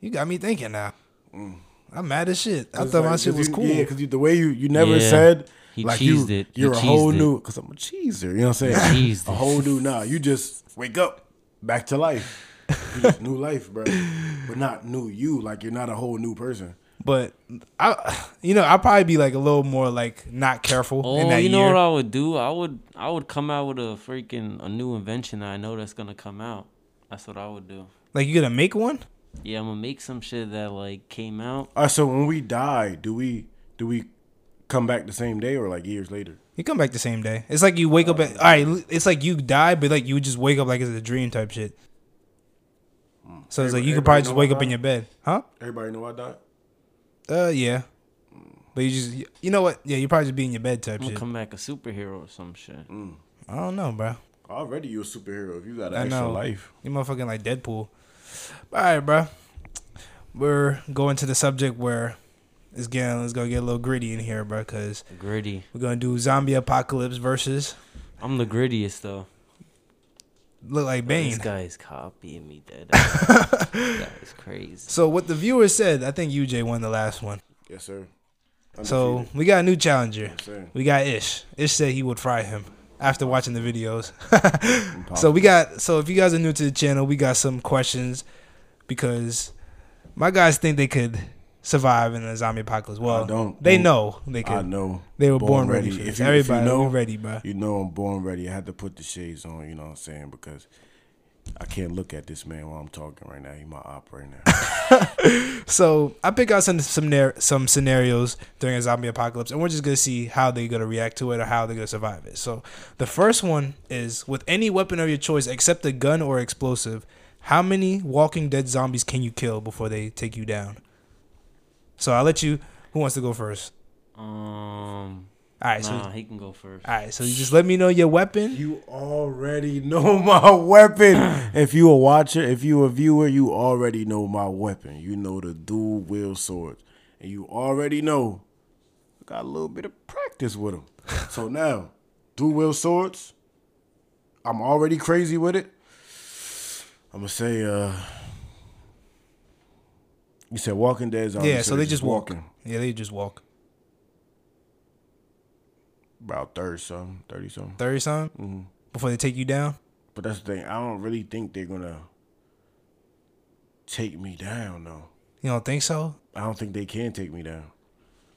You got me thinking now. I'm mad as shit. I
It's
thought my
like,
shit
'cause
was
you-
cool.
Yeah, because the way you you never
Yeah.
said
He
like you
cheesed it. He
you're a whole
cheesed it.
new because I'm a cheeser. You know what I'm saying?
Cheesed
[LAUGHS] a
it.
whole new now. you just wake up back to life, You just new life, bro. But not new you. Like you're not a whole new person.
But I you know, I'll probably be like a little more like not careful in
Oh,
that
you know
year.
what I would do? I would, I would come out with a freaking a new invention that I know that's gonna come out. That's what I would do.
like you gonna make one?
Yeah, I'm gonna make some shit that like came out.
Oh,
All right, so when we die, do we do we come back the same day or like years later?
You come back the same day. It's like you wake up at all right. It's like you die, but like you just wake up like it's a dream type shit. So it's like you could
Everybody
probably just
know
wake
about
up in
that?
your bed, huh?
Everybody know I died.
Uh, yeah. But you just you know what? Yeah, you probably just be in your bed type
I'm
shit. Mm.
gonna come back a superhero or some shit.
I don't know, bro.
Already you a superhero if you got an
I
extra
know.
life.
You motherfucking like Deadpool. All right, bro. We're going to the subject where it's getting it's gonna get a little gritty in here, bro. Cause
Gritty.
we're gonna do zombie apocalypse versus
I'm the grittiest though.
look like Bane.
This guy is copying me
[LAUGHS]
dead. ass. this guy is crazy.
So what the viewers said, I think UJ won the last one.
Yes, sir.
So
Undefeated.
we got a new challenger.
Yes, sir.
We got Ish. Ish said he would fry him after watching the videos. [LAUGHS] so we got so if you guys are new to the channel, we got some questions because my guys think they could survive in a zombie apocalypse. Well,
don't-
they
don't-
know they
I
could.
know.
They were born, ready.
If
for this.
you, if
Everybody
you know,
we ready, bro.
You know I'm born ready. I had to put the shades on, you know what I'm saying? Because I can't look at this man while I'm talking right now. He my op right now.
So I pick out some some nar- some scenarios during a zombie apocalypse, and we're just gonna see how they're gonna react to it or how they're gonna survive it. So the first one is with any weapon of your choice except a gun or explosive. How many Walking Dead zombies can you kill before they take you down? So I'll let you. Who wants to go first?
Um,
All right, so
Nah, he can go first.
all right, so you just let me know your weapon.
You already know [LAUGHS] my weapon. if you a watcher, if you a viewer, you already know my weapon. You know the dual wheel swords, and you already know I got a little bit of practice with them. so now, dual wheel swords. I'm already crazy with it. I'm gonna say, uh, you said Walking Dead is on.
Yeah, so they just walk. Yeah, they just walk.
about thirty something, thirty something.
Thirty something before they take you down.
But that's the thing. I don't really think they're gonna take me down though.
You don't think so?
I don't think they can take me down.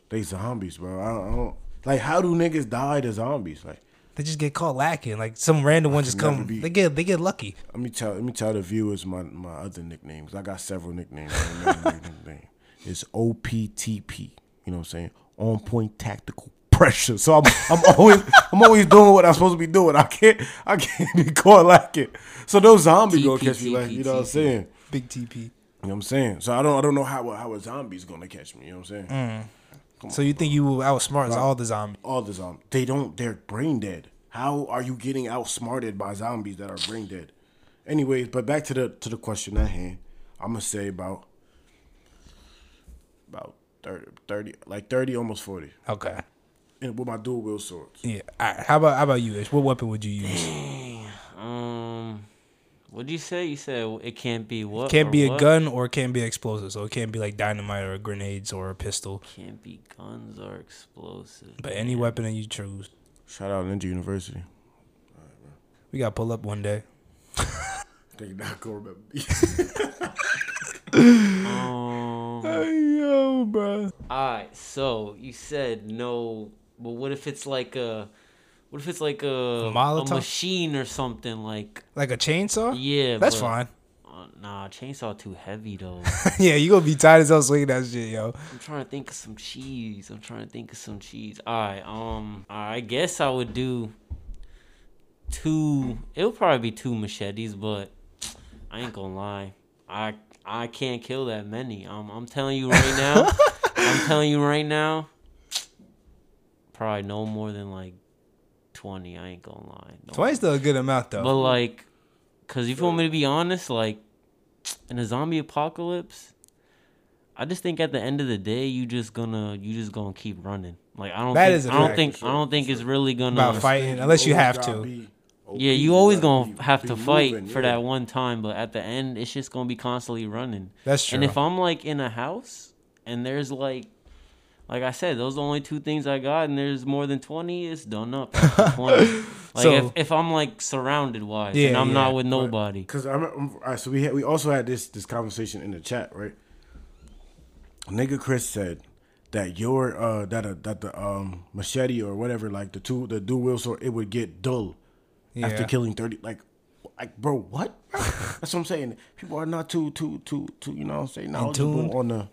They zombies, bro. I don't, I don't like how do niggas die to zombies? Like
They just get caught lacking. Like some random one just
never
come.
be-
They get they get lucky.
let me tell let me tell the viewers my my other nicknames. I got several nicknames. I don't remember my nickname. It's OPTP. You know what I'm saying? On point tactical pressure. So I'm I'm [LAUGHS] always I'm always doing what I'm supposed to be doing. I can't I can't [LAUGHS] be caught like it. So those zombies gonna catch me like you know what I'm saying.
Big TP.
You know what I'm saying? So I don't I don't know how a- how a zombie's gonna catch me. You know what I'm saying?
Mm. So you think you will outsmart all the zombies?
All the zombies they don't they're brain dead. How are you getting outsmarted by zombies that are brain dead? Anyways, but back to the to the question at hand. I'm gonna say about about 30, 30 like thirty almost forty.
Okay.
And with my dual wheel swords.
Yeah. All right. How about how about you? Ish? What weapon would you use? Ah.
Um, what did you say? You said it can't be what?
Can't
or
be a
what?
gun or it can't be explosive. So it can't be like dynamite or grenades or a pistol.
Can't be guns or explosives.
But any weapon that you choose,
Shout out Ninja University.
we gotta pull up one day.
They not gonna remember me.
Um,
Yo, bro.
alright. So you said no, but what if it's like a, what if it's like a, a
Molotov?
machine or something like?
Like a chainsaw?
Yeah,
That's
but-
fine. [LAUGHS]
Uh, nah, chainsaw too heavy though.
yeah, you gonna be tired as hell swinging that shit, yo.
I'm trying to think of some cheese. I'm trying to think of some cheese. All right, um, I guess I would do two. It'll probably be two machetes, but I ain't gonna lie. I I can't kill that many. Um, I'm telling you right now. I'm telling you right now. Probably no more than like twenty. I ain't gonna lie. No
Twice still a good amount though.
but like, cause if you want me to be honest, like, in a zombie apocalypse, I just think at the end of the day, you just gonna you just gonna keep running. Like I don't
That
think,
is a
I don't
fact,
think
for
I don't think it's really gonna
About fight- Fighting, unless you have to.
Yeah, you always gonna have to fight for that one time, but at the end, it's just gonna be constantly running.
That's true.
And if I'm like in a house and there's like, like I said, those are the only two things I got, and there's more than twenty, it's done up.
[LAUGHS]
after 20. Like
So-
if, if I'm like surrounded wise and
Yeah,
I'm not
yeah,
with nobody,
Because I remember, all right, so we had, we also had this this conversation in the chat, right? Nigga Chris said that your uh that uh, that the um machete or whatever like the two the dual wheel sword it would get dull after
Yeah.
killing thirty like like bro
[LAUGHS]
what that's what I'm saying people are not too too too too you know what I'm saying knowledgeable on the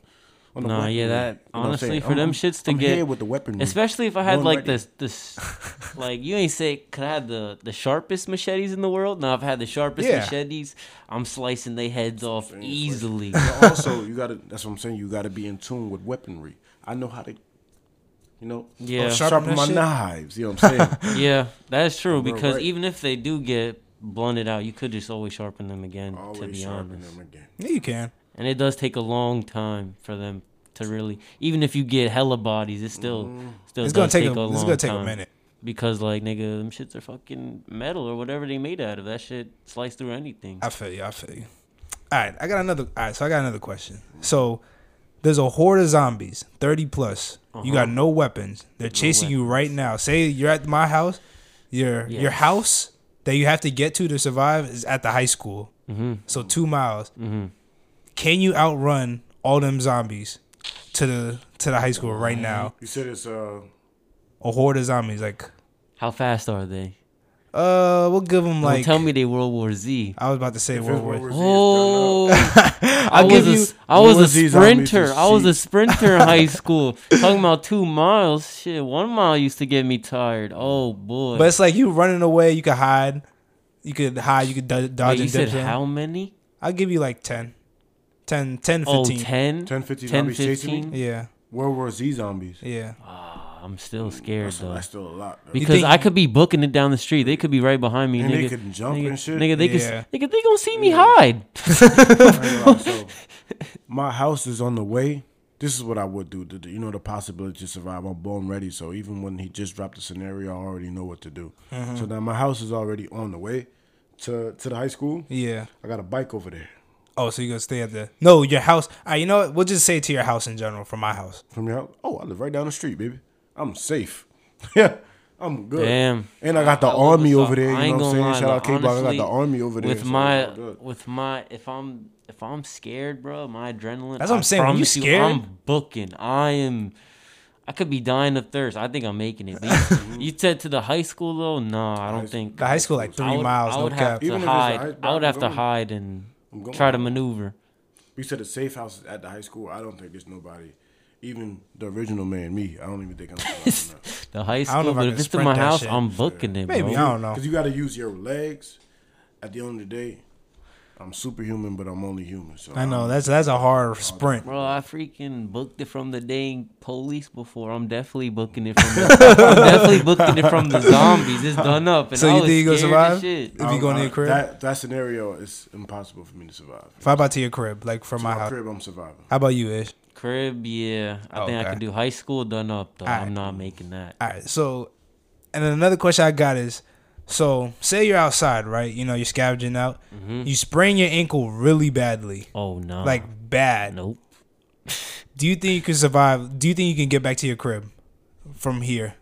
on the
Nah, yeah,
weaponry.
that-
what I'm
honestly,
saying?
for
I'm-
them
I'm-
shits to
I'm
get-
here with the weapon
especially if I had
One
like
ready.
this this,
[LAUGHS]
like you ain't say could I have the the sharpest machetes in the world. Now if I had the sharpest
Yeah.
machetes, I'm slicing their heads off easily.
But also, you gotta. That's what I'm saying. You gotta be in tune with weaponry. I know how to, you know,
Yeah.
sharp-
sharpen
Sharpen
my
that shit?
knives. You know what I'm saying?
yeah, that's true
Bro,
because
right.
even if they do get blunted out, you could just always sharpen them again. to
Always
be
sharpen
honest,
them again.
Yeah, you can.
and it does take a long time for them to really. Even if you get hella bodies, it's still
Mm-hmm.
still
It's gonna
does
take a,
a, long
it's gonna take
time.
a minute.
Because like nigga, them shits are fucking metal or whatever they made out of. That shit slice through anything.
I feel you. I feel you. All right, I got another. All right, so I got another question. So there's a horde of zombies, thirty plus. You got no weapons. They're chasing you right now. Say you're at my house. Your your
Yes.
house that you have to get to to survive is at the high school. So two miles. Can you outrun all them zombies to the to the high school right now?
You said it's uh.
A horde of zombies, like
How fast are they?
uh, we'll give them
Don't
like.
tell me they World War Z.
I was about to say
if it's
World
World
War.
War Z, it's
Oh,
[LAUGHS]
I was
give
a,
you-
I was
World War
a
Z zombies
sprinter.
is
I was a
shit.
sprinter in
[LAUGHS]
high school. Talking about two miles, shit, one mile used to get me tired. Oh boy.
But it's like you running away. You could hide. You could hide. You could do- dodge
Wait, you
and
said
dip. in.
how many?
I'll give you like 10. 10, 10,
Oh,
15.
10?
10, 15
10,
zombies chasing me?
15?
Yeah,
World War Z zombies.
yeah.
I'm still scared
That's,
though.
that's still a lot. Though.
Because
think-
I could be booking it down the street. They could be right behind me.
And
nigga.
they could jump
nigga,
and shit.
Nigga, they
Yeah.
could, nigga, they gonna see me hide.
So, my house is on the way. This is what I would do. To, do- you know, the possibility to survive. I'm born ready. So even when he just dropped the scenario, I already know what to do. So now my house is already on the way to to the high school.
Yeah.
I got a bike over there
Oh, so you're gonna stay at the no your house? Ah, you know what? We'll just say to your house in general from my house.
from your house. Oh, I live right down the street, baby. I'm safe. [LAUGHS] yeah, I'm good.
Damn.
And I got the
I love
army
this
over
song.
there.
I
You
ain't
know what I'm
gonna
saying?
lie,
Shout out
though.
K Block. I got
Honestly,
the army over there.
With
so it's
my,
all good.
with my, if I'm, if I'm scared, bro, my adrenaline.
That's what
I
I'm saying. When you
promise
scared-
I'm booking. I am. I could be dying of thirst. I think I'm making
[LAUGHS]
it. But you said to the high school though. Nah, I don't think.
The high school like
I
three
would,
miles.
I would
no
have
cap.
to
Even if it's a high-
hide. I would have
I'm
to
going.
hide and
I'm going.
try to maneuver. [LAUGHS]
You said the safe house is at the high school. I don't think there's nobody, even the original man, me. I don't
[LAUGHS]
even think I'm. Because
The high
don't
school,
know if I
but
can
if it's to
sprint
my
that
house,
shit.
I'm booking it. bro.
Maybe I don't know.
you got to use your legs. At the end of the day, I'm superhuman, but I'm only human. So
I know that's that's a hard sprint.
Bro, I freaking booked it from the dang police before. I'm definitely booking it from. The, I'm definitely booking it from the zombies. It's done up, and
So
I
you
was
think you gonna
scared as
survive?
Shit.
If you go in your crib?
that that scenario is impossible for me to survive.
If I about to your crib, like from
My,
my house.
crib, I'm surviving.
How about you, Ish?
Crib, yeah. I
Oh,
think I
okay.
could do high school done up though.
Alright.
I'm not making that.
All right. So, and then another question I got is, so say you're outside, right? You know, you're scavenging out.
Mm-hmm.
You sprain your ankle really badly,
Oh no.
like bad.
nope.
Do you think you can survive? Do you think you can get back to your crib from here?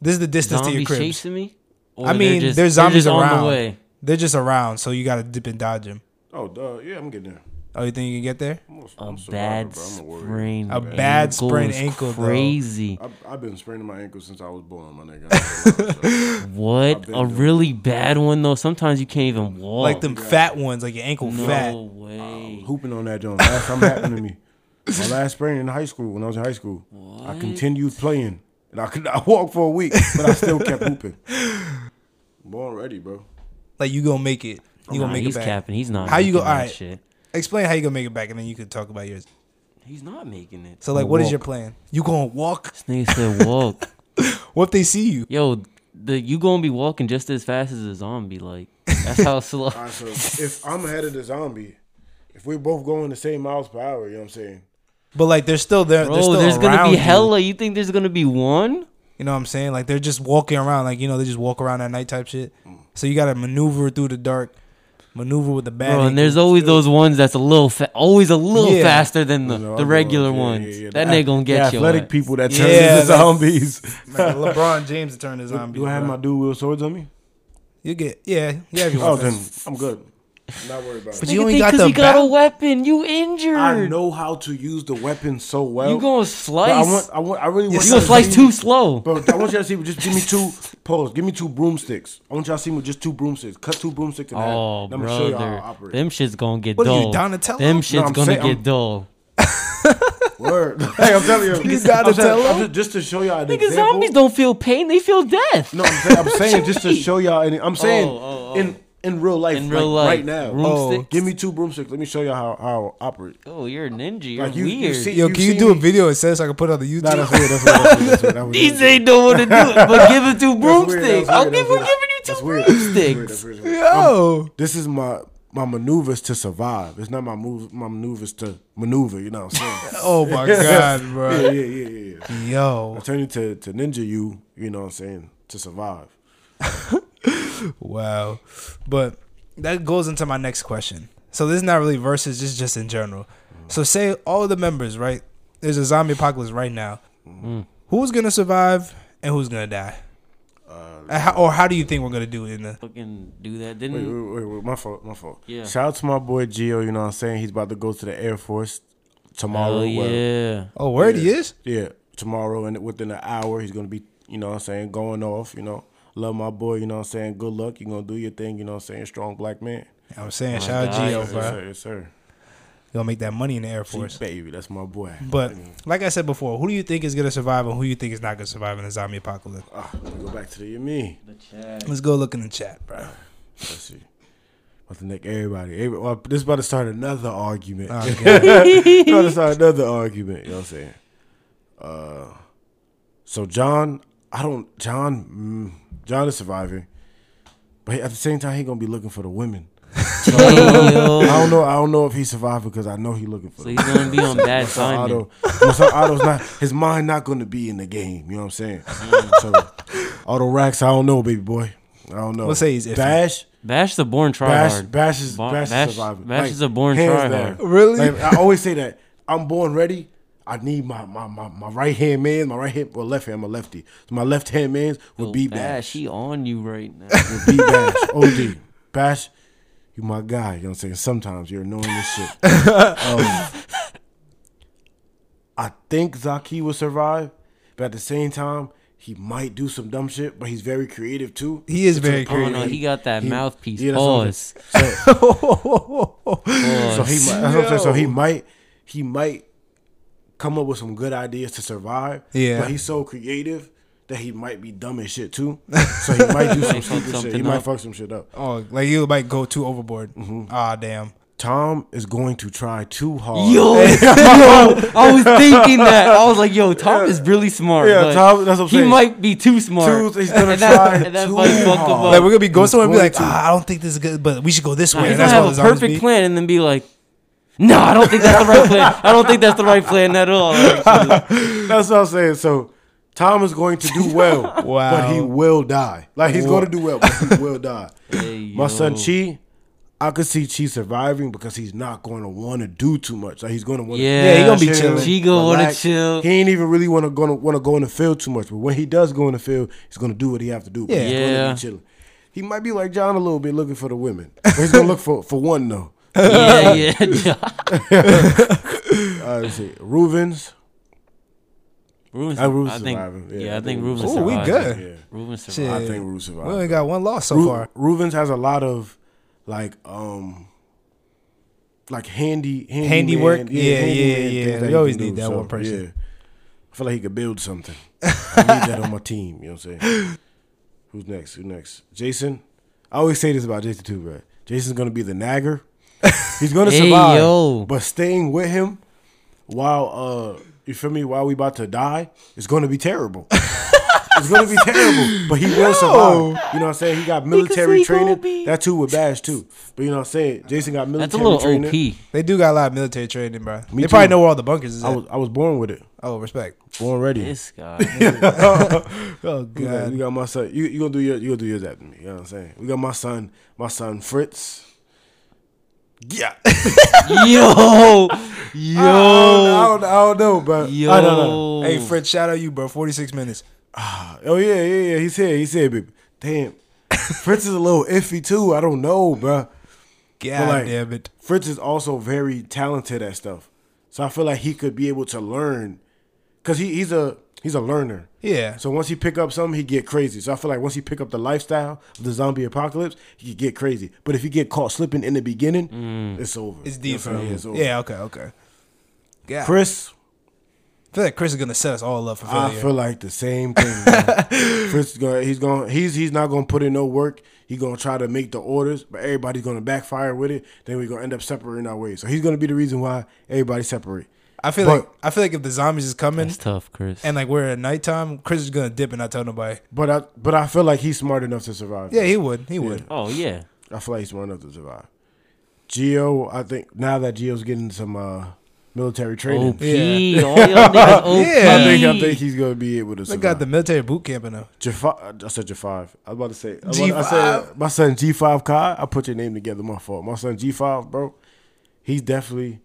This is the distance to your
Zombies
crib.
chasing me. Or
I
they're
mean,
just-
there's
they're
zombies
just on
around.
the way.
They're just around, so you gotta dip and dodge them.
Oh, duh. Yeah, I'm getting there.
Oh, you think you can get there?
I'm a,
A
I'm survivor,
bad
bro. I'm a warrior.
sprain.
A bad
ankle
sprained
is
ankle, though.
Crazy.
I've, I've been spraining my ankle since I was born,
[LAUGHS]
my nigga.
What?
been
A
doing
really bad one though. Sometimes you can't even walk.
Like them fat ones, like your ankle
Oh, No
fat.
way.
hooping on that joint. Last time it happened to me.
[LAUGHS]
My last spring in high school, when I was in high school, I continued playing, and I could not [LAUGHS] walk for a week, but I still kept
[LAUGHS]
hooping. Born ready, bro.
Like you gonna make it.
Nah,
You gonna make it
he's
back.
capping. He's not.
How you go-
making that
alright.
Shit.
Explain how you gonna make it back, and then you can talk about yours.
He's not making it.
So like, what is
Walk.
your plan? You gonna walk?
This nigga said
[LAUGHS]
walk.
What if they see you?
Yo, the you gonna be walking just as fast as a zombie. Like that's how
[LAUGHS]
slow.
All right, so if I'm ahead of the zombie, if we're both going the same miles per hour, you know what I'm saying?
But like, they're still there. they're
Bro,
still
there's gonna
around
be
you.
hella. You think there's gonna be one?
You know what I'm saying? Like they're just walking around. Like you know, they just walk around at night type shit. So you gotta maneuver through the dark, maneuver with the bad.
Bro, and
angle. [LAUGHS]
there's always those ones that's a little, fa- always a little
Yeah.
faster than the,
You know,
the
I'm
regular
going,
ones.
yeah, yeah, yeah.
That
The
nigga
ath-
gonna get
the
you.
athlet people that turn
Yeah,
into
that's-
zombies.
[LAUGHS]
like a LeBron James to turn his
[LAUGHS]
zombie.
Do I have
bro.
my dual wheel swords on me?
You get yeah, you have your
Oh,
weapons.
then I'm good. I'm not worried about
But
it.
Nigga,
you ain't
think
got
'cause
the
he got a
bat-
weapon. You injured.
I know how to use the weapon so well.
You gonna
But I
slice?
want. I want. I really want.
you
y'all
gonna
to
slice
see-
too
[LAUGHS]
slow?
Bro, I want y'all to see. Just give me two poles. Give me two broomsticks. I want y'all to see me with just two broomsticks. Cut two broomsticks in half.
Oh,
and I'm gonna show y'all how I
brother,
operate.
them shits gonna get
What are you,
dull.
Donatello?
Them
No,
shits
I'm
gonna
saying-
get
I'm-
dull. [LAUGHS]
Word. [LAUGHS] hey, I'm telling you.
You gotta
I'm saying-
tell
I'm
'em.
just, just to show y'all an
Nigga,
example.
zombies don't feel pain; they feel death.
No, I'm saying, I'm saying
[LAUGHS]
just to show y'all. An, I'm saying
Oh, oh, oh.
in in real life,
in real
like,
life,
right now. Oh,
broomsticks?
Give me two broomsticks. Let me show y'all how, how I operate.
Oh, you're a ninja. You're
Like, you- you
weird.
see-
Yo,
You
can you
see
do a
me?
video? It says so I can put it on the YouTube.
Nah, [LAUGHS] that's weird. That's weird. That's weird. That's
[LAUGHS]
weird. That's weird.
These ain't know what to
[LAUGHS]
do, it, but give it two
That's
broomsticks.
weird, that's
I'll
weird,
give
that's
we're
weird.
giving you two
That's weird, [LAUGHS] that's weird,
broomsticks.
that's weird, that's weird.
Yo,
this is my my maneuvers to survive. It's not my move my maneuvers to maneuver, you know what I'm [LAUGHS] saying?
oh my god, bro.
yeah, yeah, yeah, yeah, yeah.
Yo,
I turn you to, to ninja you, you know what I'm saying, to survive.
wow. But that goes into my next question. So this is not really versus, just just in general. So say all the members, right? There's a zombie apocalypse right now. Who's gonna survive and who's gonna die?
Uh,
And how, or how do you think we're gonna do it in the?
Fucking do that,
Wait,
didn't?
wait, wait, wait, my fault, my fault.
Yeah.
Shout out to my boy Gio, you know what I'm saying? He's about to go to the Air Force tomorrow.
Oh
well,
yeah.
Oh, where he is?
Yeah, tomorrow and within an hour he's gonna be, you know what I'm saying, going off, you know. Love my boy, you know what I'm saying? Good luck, you're gonna do your thing, you know what I'm saying? Strong black man.
I'm saying, shout out
God.
Gio,
Yes,
bro.
sir, yes, sir.
Gonna make that money in the Air Force.
Baby, that's my boy.
But like I said before, who do you think is gonna survive and who you think is not gonna survive in the zombie apocalypse?
Ah, we go back to the me.
Let's go look in
[LAUGHS]
the chat, bro.
Let's see. About to nick everybody. Every, well, this about to start another argument.
Ah.
[LAUGHS]
[LAUGHS] Oh, God.
about to start another argument. You know what I'm saying? Uh, So John, I don't John mm, John is surviving, but at the same time he gonna be looking for the women.
Hey, yo.
I don't know. I don't know if he's surviving because I know he's looking for.
So
the
he's gonna be on bad
Masai
Simon.
Otto, Masai Otto's not his mind not going to be in the game. You know what I'm saying? so Otto Racks, I don't know, baby boy. I don't know.
Let's say he's iffy.
Bash,
Bash the born
Bash,
tryhard.
Bash is
Ba-
Bash,
Bash-
is surviving.
Bash is a born
hands
tryhard.
down.
Really?
Like, I always say that I'm born ready. I need my my my, my right hand man, my right hand or left hand. I'm a lefty. So my left hand man would
Yo,
be
Bash,
Bash.
he on you right
[LAUGHS]
now.
Would be Bash. OD Bash. You my guy, you know what I'm saying? Sometimes you're annoying as shit. Um, I think Zaki will survive, but at the same time, he might do some dumb shit, but he's very creative too.
He is very
Oh no,
creative.
he got that
He-
mouthpiece.
yeah, that's what I'm
Pause.
So he
Pause.
might that's what I'm saying. So he
Yo.
might he might come up with some good ideas to survive.
Yeah.
But he's so creative that he might be dumb as shit
[LAUGHS]
too. So he might do some
Might fuck
stupid shit. He
something
might
up.
fuck some shit up.
Oh, like you might go too overboard. Ah, damn.
Tom is going to try too
[LAUGHS]
hard.
Yo, yo,
[LAUGHS]
I was thinking that. I was like, yo, Tom is really smart.
Yeah,
but
Tom- that's what I'm
he
saying.
might be too smart.
Too- he's gonna
and that,
try
and that
too
might fuck him
hard.
up.
Like we're gonna be going
he's
somewhere and be
going
like,
to.
ah, I don't think this is good, but we should go this
Nah,
way.
he's
And
gonna
that's how the
have a
zombies
perfect
be.
plan and then be like, "No, I don't think that's the right plan. I don't think that's the right plan at
[LAUGHS]
all."
That's what I'm saying. So Tom is going to do well,
Wow.
but he will die. Like he's going to do well, but he will die.
[LAUGHS] Hey,
My son
yo.
Chi, I could see Chi surviving because he's not going to want to do too much. Like he's going to want.
Yeah,
Yeah, he gonna be chilling.
Chi gonna wanna chill.
He ain't even really want to going to want to go in the field too much. But when he does go in the field, he's going to do what he have to do. but he's gonna
Yeah.
be chilling. He might be like John a little bit, looking for the women. But he's going to look for for one
[LAUGHS]
though.
yeah, yeah.
Uh, let's see, Reuven's.
Ruben's,
Uh, Ruben's
I think,
surviving.
Yeah,
Yeah,
I
I
think
think
Ruben's
Ooh, we
surviving.
good.
Yeah,
Ruben's
Shit.
surviving.
I think Reuven survived.
We only got one loss so
Ru-
far.
Reuven's has a lot of like um like handy handy
Handiwork?
man-
Yeah,
handyman
yeah, yeah.
things that
You
he
always
can
need that one person.
Yeah. I feel like he could build
[LAUGHS]
something. I need that on my team. You know what I'm saying? Who's next? Who next? Jason. I always say this about Jason too, bro. Jason's gonna be the
[LAUGHS]
nagger. He's gonna
Hey,
survive,
yo.
but staying with him while uh you feel me while we about to die is gonna be terrible. It's gonna be terrible, but he [LAUGHS] will survive. You know what I'm saying? He got military
he
training.
gonna be-
That too with Bash too. But you know what I'm saying? Jason got military
That's a little
training.
OP.
They do got a lot of military training, bro.
Me
they probably
too.
know where all the bunkers is.
I
At.
was I was born with it.
oh, respect.
Born ready.
This
[LAUGHS]
guy.
Oh
You got, you
god.
got my son. You you gonna do your you gonna do yours after me. You know what I'm saying? We got my son, my son Fritz.
[LAUGHS]
Yeah.
yo,
Oh, I,
yo.
don't, I, don't, I don't know, but
Yo.
I don't know.
Hey, Fred, shout out you, bro. Forty six minutes.
Oh yeah, yeah, yeah. He's here. He's here, baby. Damn. Fritz is a little iffy too. I don't know, bruh.
God
like-
damn it.
Fritz is also very talented at stuff. So I feel like he could be able to learn cuz he, he's a he's a learner.
Yeah.
So once he pick up something, he get crazy. So I feel like once he pick up the lifestyle of the zombie apocalypse, he could get crazy. But if he get caught slipping in the beginning, it's over.
It's
You know what I'm
different.
saying? it's over.
Yeah, okay, okay. God.
Chris,
I feel like Chris is gonna set us all up for
I
failure.
feel like the same thing.
[LAUGHS]
man. Fritz is going he's going he's he's not going to put in no work. He going to try to make the orders, but everybody's going to backfire with it. Then we're going to end up separating our ways. So he's going to be the reason why everybody separate.
I feel
but-
like I feel like if the zombies is coming
That's tough, Chris.
and like we're at nighttime, Chris is gonna dip and not tell nobody.
But I but I feel like he's smart enough to survive.
Yeah, he would. He would.
oh yeah.
I feel like he's smart enough to survive. Geo, I think now that Geo's getting some uh, military training,
OP.
Yeah.
All
[LAUGHS]
y'all niggas OP.
Yeah.
I think I think he's gonna be able to
They
survive.
got the military boot camp uh, in them.
J5, I said J5. I was about to say. I, was
G5.
About, I said my son G5 Kai. I put your name together. My fault. My son G5, bro. He's definitely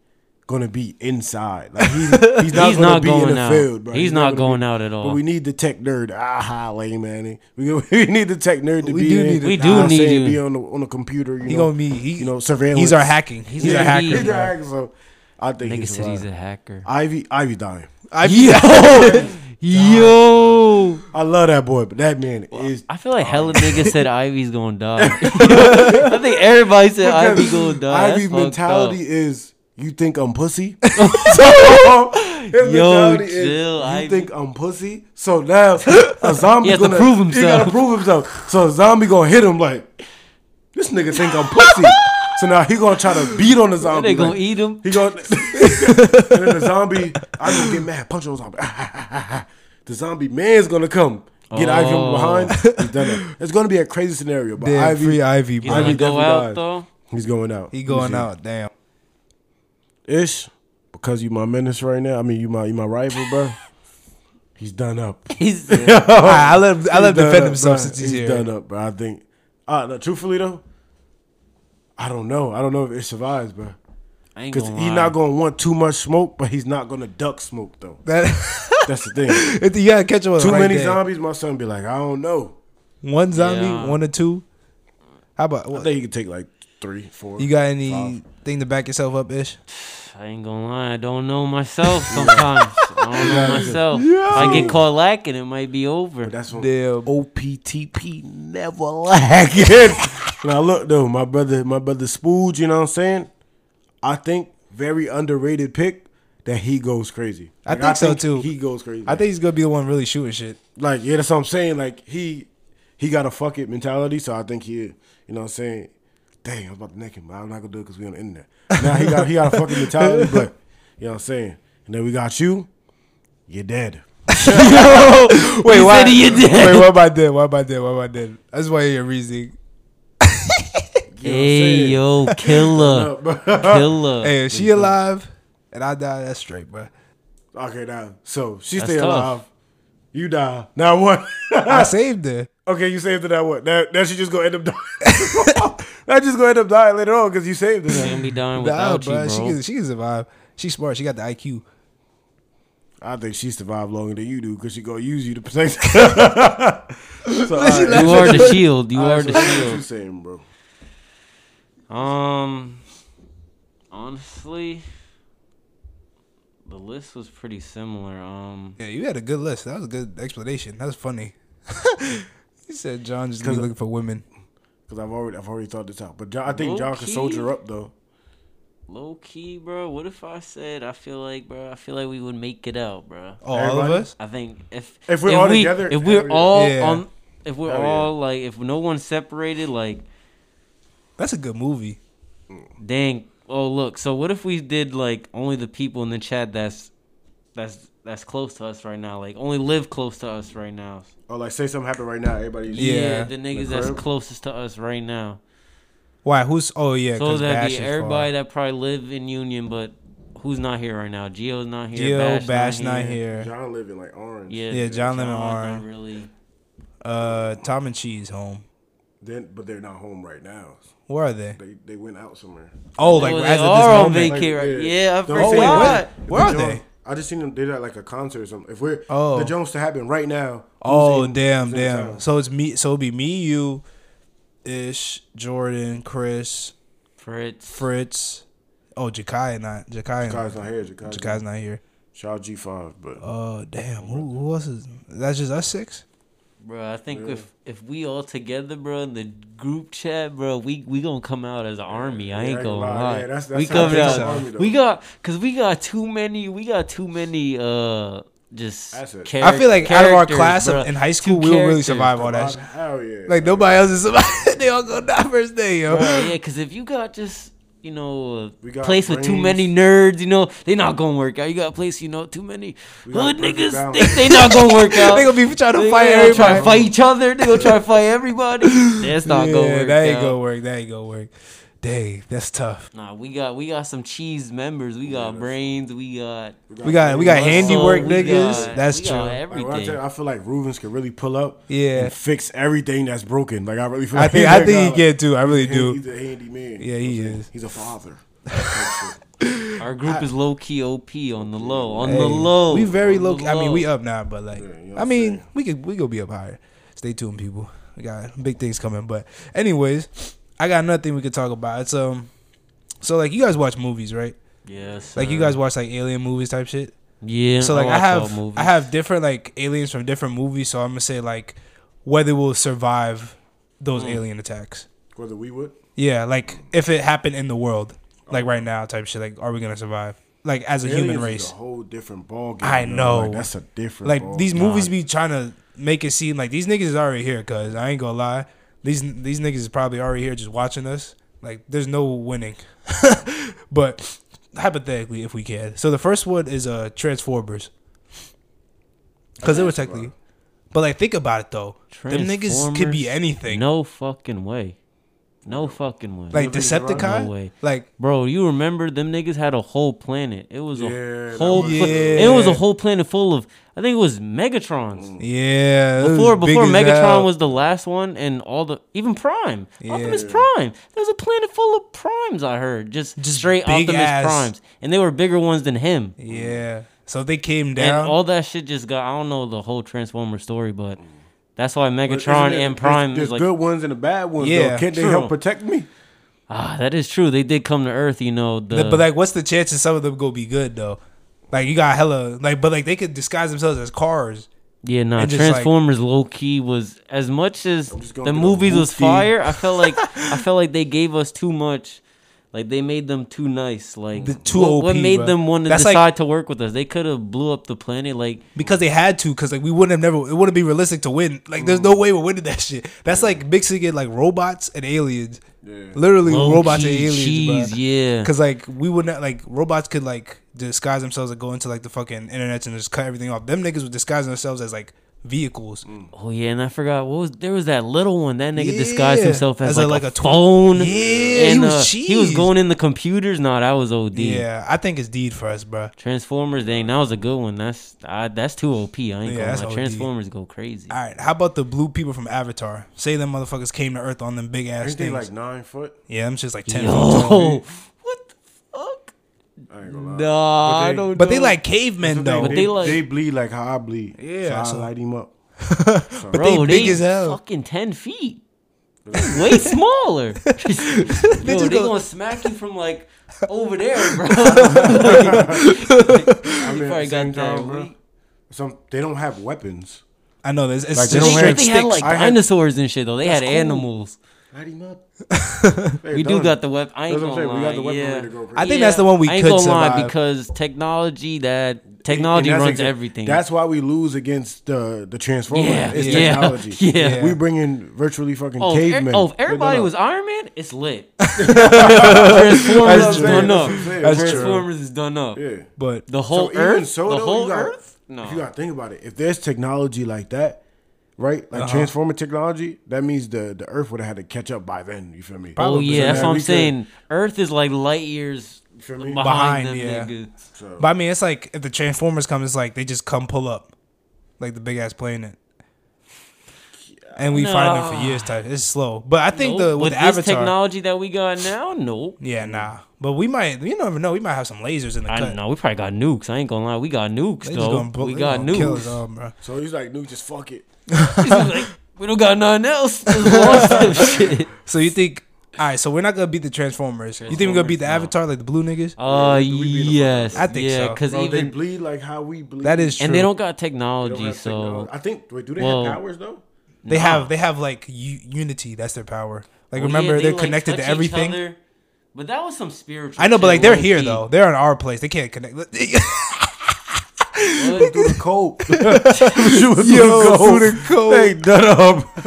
gonna be inside. Like he's, he's not
he's
gonna
not
be in
going
the
out.
field, bro.
He's, not
gonna be-
going out at all.
But we need the tech nerd. Aha, lame man. We, [LAUGHS] go- we need the tech nerd to
We
be
do
in.
need it.
We
You
do
know what I'm
need
saying?
you.
be on the on the computer. You
He
know,
gonna be he,
you know surveillance.
he's our hacking.
He's
He's,
our
our hacker.
hacker.
He's our
bro.
hacker, So I think
Nigga
he
said he's
survived.
a
[LAUGHS]
hacker.
Ivy Ivy dying.
I [LAUGHS]
Yo, yo.
I love that boy, but that man is
I feel like hella niggas said Ivy's gonna
[LAUGHS]
die. I think everybody said Ivy gonna die. That's
Ivy's
fucked
mentality
up.
is you think
[LAUGHS]
I'm pussy. [LAUGHS] so, his mentality is,
chill,
you
Ivy.
think I'm pussy.
[LAUGHS]
So now a zombie
He has to
gonna
prove
He gotta
himself.
prove himself. So a zombie gonna hit him like this nigga think I'm pussy. so now he gonna try to beat on the zombie.
They gonna
like,
eat him. [LAUGHS]
He gonna and then the zombie. I just get mad, punch on the zombie. [LAUGHS] the zombie man's gonna come. Get Ivy
Oh.
from behind. He's done it. It's gonna be a crazy scenario, but
Damn,
Ivy,
free Ivy,
He's
bro.
Ivy
gonna go
definitely
out
dies. [LAUGHS]
though.
he's going out.
He going
He's- [LAUGHS]
out. Damn.
Ish, because you my menace right now. I mean, you my you my rival, bro. He's done up.
He's
All right, I let him, I
He's done
let him defend
up,
himself
bruh.
since he's, here.
done up, bro. I think. Uh, no, truthfully though, I don't know. I don't know if it survives, bro.
I ain't
Because
gonna
he's
lie.
not gonna want too much smoke, but he's not gonna duck smoke though.
That [LAUGHS]
That's the thing.
if you gotta catch him
Too many
there.
zombies, my son be like, I don't know.
One zombie,
Yeah.
one or two. How about
I
what?
think he could take like three, four.
you got anything to back yourself up, ish?
I ain't gonna lie. I don't know myself sometimes. I don't know myself. If I get caught lacking, it might be over.
But that's what
Damn.
OPTP never [LAUGHS] lack it. now look though, my brother, my brother Spooge, you know what I'm saying? I think very underrated pick that he goes crazy.
I
Like,
think so, too.
He goes crazy.
I think he's gonna be the one really shooting shit.
like yeah, that's what I'm saying. Like he he got a fuck it mentality, so I think he, you know what I'm saying. Dang, I was about to neck him, but I'm not gonna do it because we on the internet. Now he got he got a fucking mentality, but you know what I'm saying. And then we got you, you're dead.
Wait,
He
why?
said he did.
Wait, why about that? Why about that? Why about that? That's why you're reasoning.
You know what I'm
Hey
saying? [LAUGHS]
yo, killer, killer.
Hey, if she alive and I die, that's straight, bro.
Okay, now so she
That's
stay
tough.
alive. You die. Now what? [LAUGHS]
Ah.
I saved her.
okay, you saved her. Now what? Now, now she just gonna end up dying. [LAUGHS] That just gonna end up dying later on because you saved her.
She
now.
gonna be dying
Nah,
without
bro.
you,
She
bro.
can, she can survive. She's smart. She got the IQ.
I think she survived longer than you do because she gonna use you to protect. her. so, all right.
You are [LAUGHS] the shield. You
All right,
are
so
the
what you
shield.
saying, bro?
Um, honestly, the list was pretty similar. Um,
Yeah, you had a good list. That was a good explanation. That was funny. [LAUGHS] you said John just be
'Cause-
looking for women.
Because I've already I've already thought this out. But John, I think
Low
John could
key.
soldier up though.
low key, bro. What if I said I feel like, bro? I feel like we would make it out, bro.
Oh, all of
Everybody?
us.
I think if
If we're all
we-
together,
if we're
hell yeah.
all
Yeah.
on, if we're
Hell yeah.
all like, if no one's separated, like,
That's a good movie.
dang. Oh, look. So what if we did like only the people in the chat that's that's that's close to us right now, like only live close to us right now.
Or like say something happened right now. Everybody.
Yeah,
Yeah.
the niggas that's
crib?
closest to us right now.
Why? Who's? Oh yeah.
so
'cause
that'd
Bash
be
is far.
everybody that probably live in Union, but who's not here right now? Geo's not here.
Gio,
Bash, not, here.
John living like orange.
Yeah,
Yeah, John Lennon
not
Warren.
really.
Uh, Tom and Cheese home.
Then, but they're not home right now.
Where are they?
They they went out somewhere.
Oh, like
Oh, they
as of this
are on
moment.
vac- They care- yeah, I
The-
forgot.
Oh, wait, what?
Where- where are they?
I just seen them. They did like a concert or something. If we're
Oh.
the Jones to happen right now. who's
oh
in-
damn,
who's in
damn.
town?
So it's me. So it'll be me, you, Ish, Jordan, Chris,
Fritz.
Fritz. Oh, Jakai not Jakai.
Jakai's not here. Jakai's,
Jakai's not here.
Shout G five, but
Oh damn. Who, who else is? That's just us six.
Bro, I think if if we all together, bro, in the group chat, bro, we we gonna come out as an army. I
Yeah,
ain't
I ain't
gonna
gonna lie.
lie.
Yeah, that's- that's
we
how I
coming
feel
out.
about army, though.
we got cause we got too many. We got too many. Uh, just
Assets.
charac-
I feel like out of our
characters,
class
bro.
in high school,
Two
we will really
characters,
survive all that.
God,
Shit.
hell yeah.
Like nobody else is surviving. [LAUGHS] they all go die first day, yo. [LAUGHS]
Bro, yeah, because if you got just you know a
We got
place with too
brains.
many nerds, you know they not gonna work out. You got a place, you know, too many
got
hood
perfect
niggas,
balance.
they, they not gonna work out.
[LAUGHS] they gonna be trying to
They
fight
gonna try
everybody.
to fight each other. They gonna try to fight
[LAUGHS]
everybody. That's not
yeah,
gonna work.
that ain't
out.
gonna work. That ain't gonna work. Dang, that's tough.
Nah, we got we got some cheese members. We got brains. We got
We got we got
Russell,
handiwork
Oh, we
niggas.
got-
that's
we
true.
got
Like, when I, tell
everything.
you, I feel like Rubens could really pull up,
Yeah.
and fix everything that's broken. Like I really feel.
I
like
[LAUGHS]
[LAUGHS]
think I think he can too. I really
He's, a-
do.
he's a handy man.
Yeah, he is.
He's a
[LAUGHS]
father.
Our group is low key op on the low on
Hey,
the low.
We very
on
low.
the
I mean, we up now, but like,
Yeah, you know what
I
I'm
mean,
saying.
we could we go be up higher. Stay tuned, people. We got big things coming. But anyways, I got another thing we could talk about. It's um, so like you guys watch movies, right?
yes.
Like you
sir.
guys watch like alien movies type shit.
Yeah.
So like
Mm-hmm. Mm, watch
I,
all
have
movies.
I have different like aliens from different movies. So I'm gonna say like whether we'll survive those
Mm.
alien attacks.
Whether we would,
Yeah, like if it happened in the world, like right now, type shit. Like, are we gonna survive? Like as a
Oh. Aliens
human
is
race.
a whole different ball game.
I
though.
know.
Like, that's a different.
Like
Oh,
ball
these
game.
movies be trying to make it seem like these niggas is already here. Cause I ain't gonna lie, these these niggas is probably already here just watching us. Like there's no winning. [LAUGHS] but hypothetically, if we can, so the first one is uh Transformers. because they were technically. But like, think about it though. Them niggas could
Transformers?
be anything.
No fucking way. No fucking way.
like
Liberty Rock?
Decepticon.
No way.
Like
Bro, you remember them niggas had a whole planet. It was
Yeah,
a
that
whole
was-
pla- it was a
Yeah.
whole planet full of I think it was
Mm.
Megatrons.
yeah, it was
Before
big
before
as
Megatron
hell.
was the last one and all the even Prime. Optimus
Yeah.
Prime. There's a planet full of primes I heard. Just,
Just
straight
big
Optimus
ass.
Primes. And they were bigger ones than him.
Yeah. So they came
And
down.
all that shit just got I don't know the whole Transformer story, but that's why
But isn't
Megatron
it-
and Prime
There's, there's
is like
good ones and the bad ones.
Yeah,
though. Can't they
true.
help protect me?
ah, that is true. They did come to Earth, you know. The,
Th- but like, what's the chances some of them go be good though? Like you got hella like, but like they could disguise themselves as cars.
Yeah, nah.
And just, like-
Transformers low key was as much as
just
the
gonna be the
movies was
Woofy.
fire. I felt
[LAUGHS]
like I felt like they gave us too much. Like they made them too nice. Like
The- too
what, what
OP,
made
bruh.
them want to
That's like-
decide to work with us? They could have blew up the planet. Like
Because they had to, because like we wouldn't have never, it wouldn't be realistic to win. Like, there's
Mm.
no way we're winning that shit. That's like mixing it like robots and aliens. Literally,
low
robots and
key
aliens.
cheese,
bruh.
yeah.
Cause like we would not like robots could like disguise themselves and go into like the fucking internet and just cut everything off. Them niggas would disguise themselves as like vehicles.
Oh yeah, and I forgot what was there was that little one that nigga disguised
Yeah,
himself as,
as a-
like, a,
like a tw-
phone.
Yeah, he
and,
was
uh, He was
cheese.
going in the computers. No, that was OD.
Yeah, I think it's deed for us, bruh.
Transformers, dang, that was a good one. That's I, that's too OP. I ain't
Yeah, that's
gonna lie.
OD.
Transformers go crazy.
All right, how about the blue people from Avatar? Say them motherfuckers came to Earth on them big ass
Ain't they
things.
like nine foot?
yeah, I'm just like ten. feet tall.
Yo, Oh, what the fuck?
I ain't
Nah,
gonna lie. But
I
they-
don't.
But they
know.
like
That's the
cavemen though.
thing,
But
they,
they like-
they bleed like how I bleed.
Yeah,
so
so-
I light him up.
but
bro,
they big as hell.
Fucking ten feet. They Way smaller. Yo, they
just go-
gonna smack you from like over there, bro. [LAUGHS] I
I mean,
you
at the
probably
same
got that.
time, bro,
weak.
Some they don't have weapons.
I know this. It's
Like, they
just
don't
They,
have-
straight
they had
sticks.
like
I had-
dinosaurs and shit though. They had
That's cool.
animals.
Light him
[LAUGHS]
up.
We do got the weapon. I ain't
That's what I'm
gonna
saying. We got the
lie,
weaponry
yeah.
to go
I think that's the one we
I ain't
could
gonna lie
survive.
because technology that technology
And that's
runs
exa-
everything.
That's why we lose against the the Transformers.
Yeah,
it's
yeah,
technology.
[LAUGHS] yeah.
we bring in virtually fucking
Oh, if,
cavemen.
er- oh, if
No, no,
everybody
no.
was Iron Man, it's
[LAUGHS]
lit. Transformers
That's
is
true.
done up.
That's what I'm saying. That's
Transformers is done up.
Yeah.
But
The whole
even
Earth,
so,
the
though,
whole
you gotta-
Earth. No,
If you gotta think about it, if there's technology like that, right, like transformer technology, that means the the Earth would have had to catch up by then. You feel me?
oh
probably
yeah,
so
that's
now
what I'm
we could-
saying. Earth is like light years
feel me?
behind,
Behind,
them
yeah.
niggas.
So,
but I mean, it's like if the Transformers come, it's like they just come pull up, like the big ass planet, and we find them for
Nah.
years. Type. It's slow, but I think the
Nope.
with,
Oh, this
Avatar.
technology that we got now, nope.
yeah, nah. But we might. You never know. We might have some lasers in the
I
cut.
don't know. We probably got nukes. I ain't gonna lie. We got nukes
They just
though.
gonna bu-
we
they
got
gonna kill
[LAUGHS]
us
nukes.
all, bro.
so he's like, "Nuke, just fuck it."
Like, we don't got nothing
[LAUGHS]
else. Just launch them shit.
So you think? All right, so we're not gonna beat the Transformers. you think we're gonna beat the
Transformers,
Avatar like the blue niggas?
Uh,
we beat 'em up.
yes.
I think
yeah,
so.
Because
Bro, Oh, they
even
bleed like how we bleed.
that is true.
and they don't got
They
technology,
don't have
so
technology. I think. Wait, do they
Well,
have powers
[LAUGHS]
though?
They have they have like u- unity. That's their power.
Well,
Like
yeah,
remember,
they,
they, are
like,
connected
touch
to
each
everything.
other, But that was some spiritual.
I know,
shit,
but like they're
low
here
key.
though. They're in our place. They can't connect. [LAUGHS]
What?
Through the cold. Yo, through
the cold.
They done up.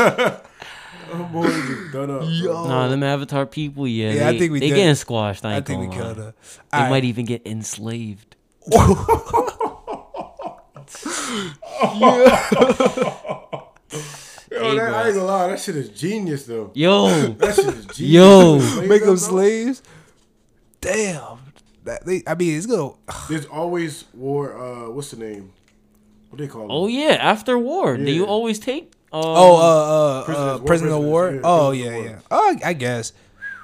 oh [LAUGHS] boy, just done up. Yo.
[LAUGHS] Nah, them Avatar people, yeah.
Yeah, I
they,
think we
they
did.
getting squashed. I,
I
ain't
think we
gonna lie.
killed her.
They
All
might
right.
even get
[LAUGHS]
enslaved.
Yo, that, I ain't gonna lie, that shit is genius though.
Yo,
That shit
[LAUGHS]
is genius.
Yo.
Slaves
Make
up,
them
though,
slaves. Damn. That, they, I mean, it's gonna.
Oh.
There's always war. Uh, what's the name? What they call?
oh
it?
yeah. After war, do you
Yeah.
always take? Um,
Oh, uh, uh, uh
Prisoners, war
prison of
prisoners,
war.
yeah,
oh,
prisoners
yeah,
of war.
yeah. Oh, I guess.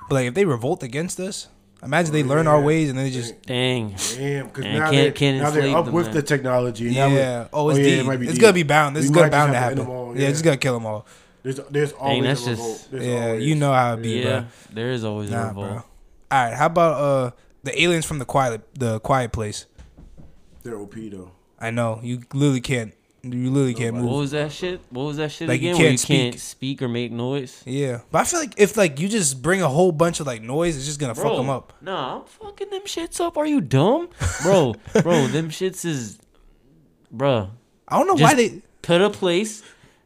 But like, if they revolt against us, imagine they learn our
Oh, yeah.
ways and then they just.
dang.
Damn, because
Man,
now,
can't-
they,
can't
now they're
enslave
up
them,
with
man.
the technology.
Yeah.
Now we-
Oh, it's
yeah,
deep.
it might be
it's
deep.
gonna be bound. This is
We
gonna
might just
bound to
have end
happen.
them all,
yeah. it's gonna kill them all.
There's, there's always
that's
a
just-
revolt. There's
Yeah,
always.
you know how it be,
Yeah,
bro.
there is always a
Nah, bro.
revolt.
All right, how about uh the aliens from the quiet the quiet place?
They're OP though.
I know you literally can't you literally can't
What
move.
was that shit? What was that shit
Like, you
again? Where you
can't speak.
can't speak or make noise.
Yeah, but I feel like if like you just bring a whole bunch of like noise, it's just gonna fuck 'em fuck them up.
Nah, I'm fucking them shits up. Are you dumb,
[LAUGHS]
bro? bro, them shits is, bruh.
I don't know
Just
why they.
put a place,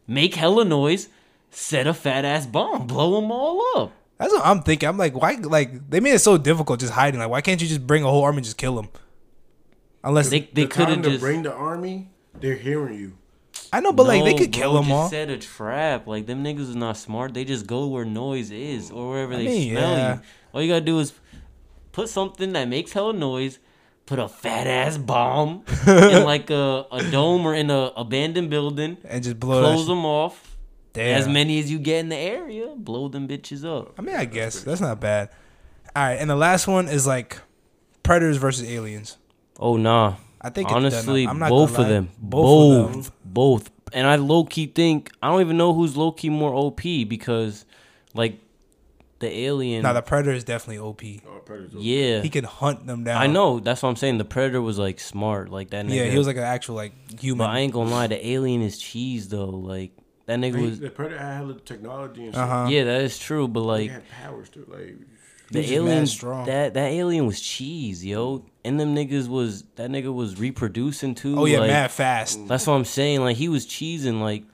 make hella noise, set a fat ass bomb, [LAUGHS] blow them all up.
That's what I'm thinking. I'm like, why? Like they made it so difficult just hiding. Like, why can't you just bring a whole army and just kill them? Unless
They they
the
could
time
have
to
just
bring the army. They're hearing you.
I know, but like they
No,
could
bro,
kill them
just
all.
Set a trap. Like them niggas is not smart. They just go where noise is or wherever
I
they
mean,
smell
yeah.
you. All you gotta do is put something that makes hell noise. Put a fat ass
[LAUGHS]
bomb in like a, a dome or in a abandoned building.
and just blow that
Close
shit.
them off.
Damn.
As many as you get in the area, blow them bitches up.
I mean, I guess that's not bad. All right, and the last one is like predators versus aliens.
Oh nah.
I think it's done.
honestly,
I'm not gonna
both of
lie.
them,
Both
both,
of
both, And I low key think I don't even know who's low key more OP because, like, the alien.
Now the predator is definitely OP.
Oh,
yeah,
He can hunt them down.
I know. That's what I'm saying. The predator was like smart, like that. Nigga.
Yeah, he was like an actual like
But I
human.
ain't gonna lie, the alien is cheese though. Like that nigga was.
The Predator had hella technology and shit.
Uh huh.
Yeah, that is true. But
They
like
had powers too. Like,
the
was just mad
alien,
strong.
that that alien was cheese, yo. And them niggas was that nigga was reproducing too.
Oh yeah,
like,
mad fast.
That's what I'm saying. Like he was cheesing, like,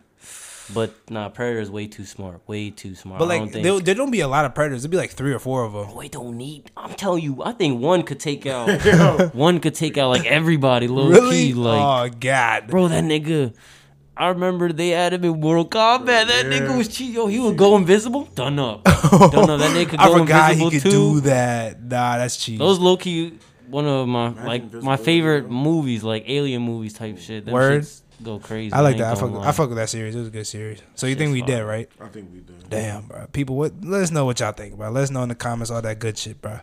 but nah, Predator's way too smart. Way too smart.
But
I don't
like
think.
there, there don't be a lot of predators. There'd be like three or four of them.
Boy, don't need. I'm telling you, I think one could take out. one could take out like everybody, low
Really?
key. Like,
oh god.
bro, that nigga. I remember they had him in Mortal Kombat. That nigga was cheat. Yo, he would go invisible. Done
[LAUGHS]
up. Done up. That nigga could
I
go
forgot he
invisible
could
too.
do that. Nah, that's cheap.
Those low key one of my like
invisible
my
alien,
favorite
bro.
movies, like alien movies type shit. Them
Word.
shits go crazy.
I like
ain't
that. I
gonna
fuck.
lie.
I fuck with that series. It was a good series. So you think
shit's
we
fire.
did right?
I think we did.
Damn, bro. People, what? Let us know what y'all think, bro. Let us know in the comments all that good shit, bro.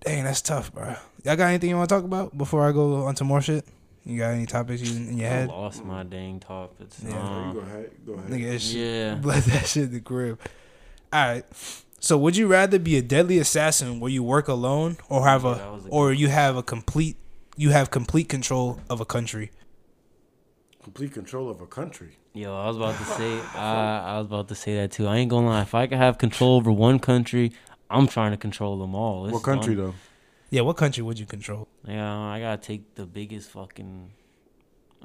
Dang, that's tough, bro. Y'all got anything you want to talk about before I go on to more shit? You got any topics you, in your
I
head?
lost my dang topics.
Yeah.
Oh,
Um,
you go ahead. Go ahead.
Nigga, that shit.
yeah.
Let that shit in the crib. All right. So, would you rather be a deadly assassin where you work alone, or have
Yeah, that
a,
was a good
or you have a complete, you have complete control of a country?
Complete control of a country.
Yo, I was about to
[LAUGHS]
say, I, I was about to say that too. I ain't gonna lie. If I could have control over one country, I'm trying to control them all. It's
what country
fun.
though?
Yeah, what country would you control?
Yeah, I gotta take the biggest fucking.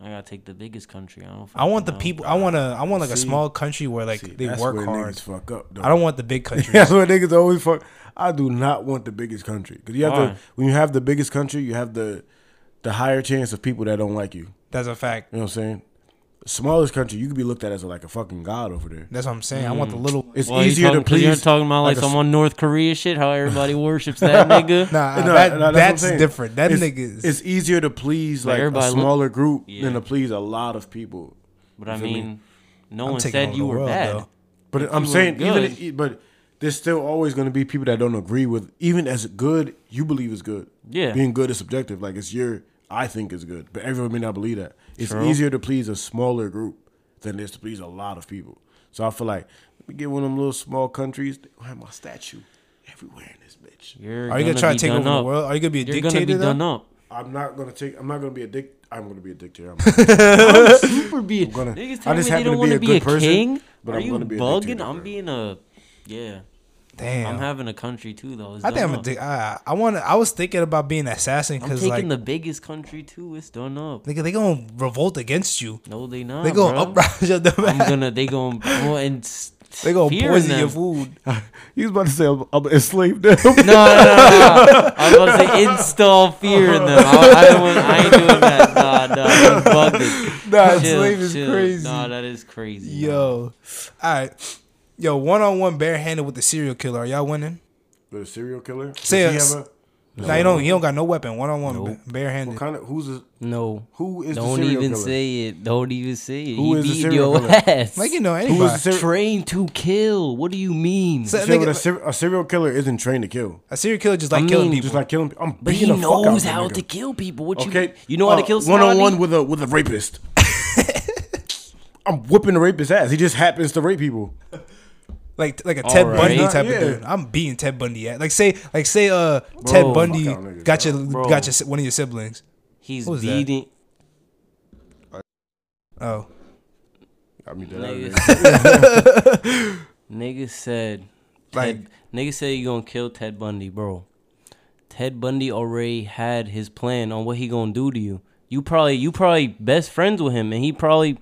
I gotta take the biggest country. I don't.
I want the
fucking know.
people. I want a. I want like a
See,
small country where like
See,
they
that's
work
where
hard.
Niggas fuck up. Though.
I don't want the big country.
[LAUGHS] That's what niggas always fuck. I do not want the biggest country because you have
Why?
to. When you have the biggest country, you have the the higher chance of people that don't like you.
That's a fact.
You know what I'm saying? Smallest country, you could be looked at as like a fucking god over there.
That's what I'm saying. I want
Hmm.
the little.
It's
Well, you
easier
talking,
to please.
You're talking about like,
like a
some on North Korea shit. How
[LAUGHS]
everybody worships that nigga.
Nah,
No,
that,
no, what I'm
that's,
saying.
different. That
it's,
nigga is.
It's easier to please
Like,
like,
everybody
a
look-
smaller group
Yeah.
than to please a lot of people.
But I
You feel me?
mean, no
I'm
one
taking
said
over
you
the
were
world,
bad.
though.
But I'm
you
saying
were
even
good-
if- but there's still always going to be people that don't agree with even as good you believe is good.
Yeah.
Being good is subjective. Like it's your I think is good, but everyone may not believe that. It's
True.
easier to please a smaller group than it is to please a lot of people. So I feel like let me get one of them little small countries. They have my statue everywhere in this bitch.
You're
Are you gonna try to
be
take
done
over
up.
the world? Are you gonna be a
You're
dictator?
gonna be
though?
done up.
I'm not gonna take. I'm not gonna be a dick. I'm gonna be a dictator. I'm
[LAUGHS] super be.
gonna-
niggas
I
tell me
just
they
happen
don't
to
want
be
to
a
be
good
a
person,
king.
but
Are
I'm
you
gonna be a
bugging?
dictator,
I'm
bro.
being a yeah.
Damn.
I'm having a country too though. It's
I think
done
I'm a
up.
dick. I, I want. I was thinking about being an assassin
I'm
because
taking
like
the biggest country too. It's done up.
nigga, they gonna revolt against you.
No, they not.
They gonna
bruh.
uprise [LAUGHS] your dumb
I'm
[LAUGHS]
ass.
gonna. They gonna. Oh, and s-
They gonna
fear
poison
them. [LAUGHS]
your food.
[LAUGHS] he was about to say I'm, I'm enslaved them.
No, no, no,
[LAUGHS]
no. I was about to say install fear in them. I, I, don't want, I ain't doing that. Nah, nah. I'm bugging.
[LAUGHS]
Chill,
Nah, slave is
chill.
crazy.
Nah, that is crazy. man.
Yo, all right. Yo, one on one barehanded with the serial killer. Are y'all winning?
the serial killer. Does
Say
he
us.
have
No, you don't. You don't got no weapon. One on one
a, what
barehanded.
kind of who's a,
no.
who is the
Don't
serial
even
killer?
say it. Don't even say it.
Who
he
is the
beat
serial
your
killer?
ass.
Like you know
Who is the
anybody.
serial
Train to kill. What do you mean?
So-
Say
Nigga,
what a, ser- a serial killer isn't trained to kill.
A serial killer just like
I
killing
mean,
people.
Just like killing people. I'm
but he
beating the fuck out
knows
the
how
nigga.
to kill people. What
Okay, uh,
you you know how to kill
one
somebody?
on one with a with
[LAUGHS]
a rapist. I'm whipping the rapist's ass. He just happens to rape people.
like like a Ted
Alright.
Bundy
Not-
type
yeah.
of dude. I'm beating Ted Bundy at like say like say uh Ted Bundy
Fuck out niggas,
got your
Bro.
got your si- one of your siblings.
He's
What was that?
beating.
Oh,
I mean,
Nigga,
that,
nigga said,
Like-
Ted, nigga said you gonna kill Ted Bundy, bro. Ted Bundy already had his plan on what he gonna do to you. You probably you probably best friends with him, and he probably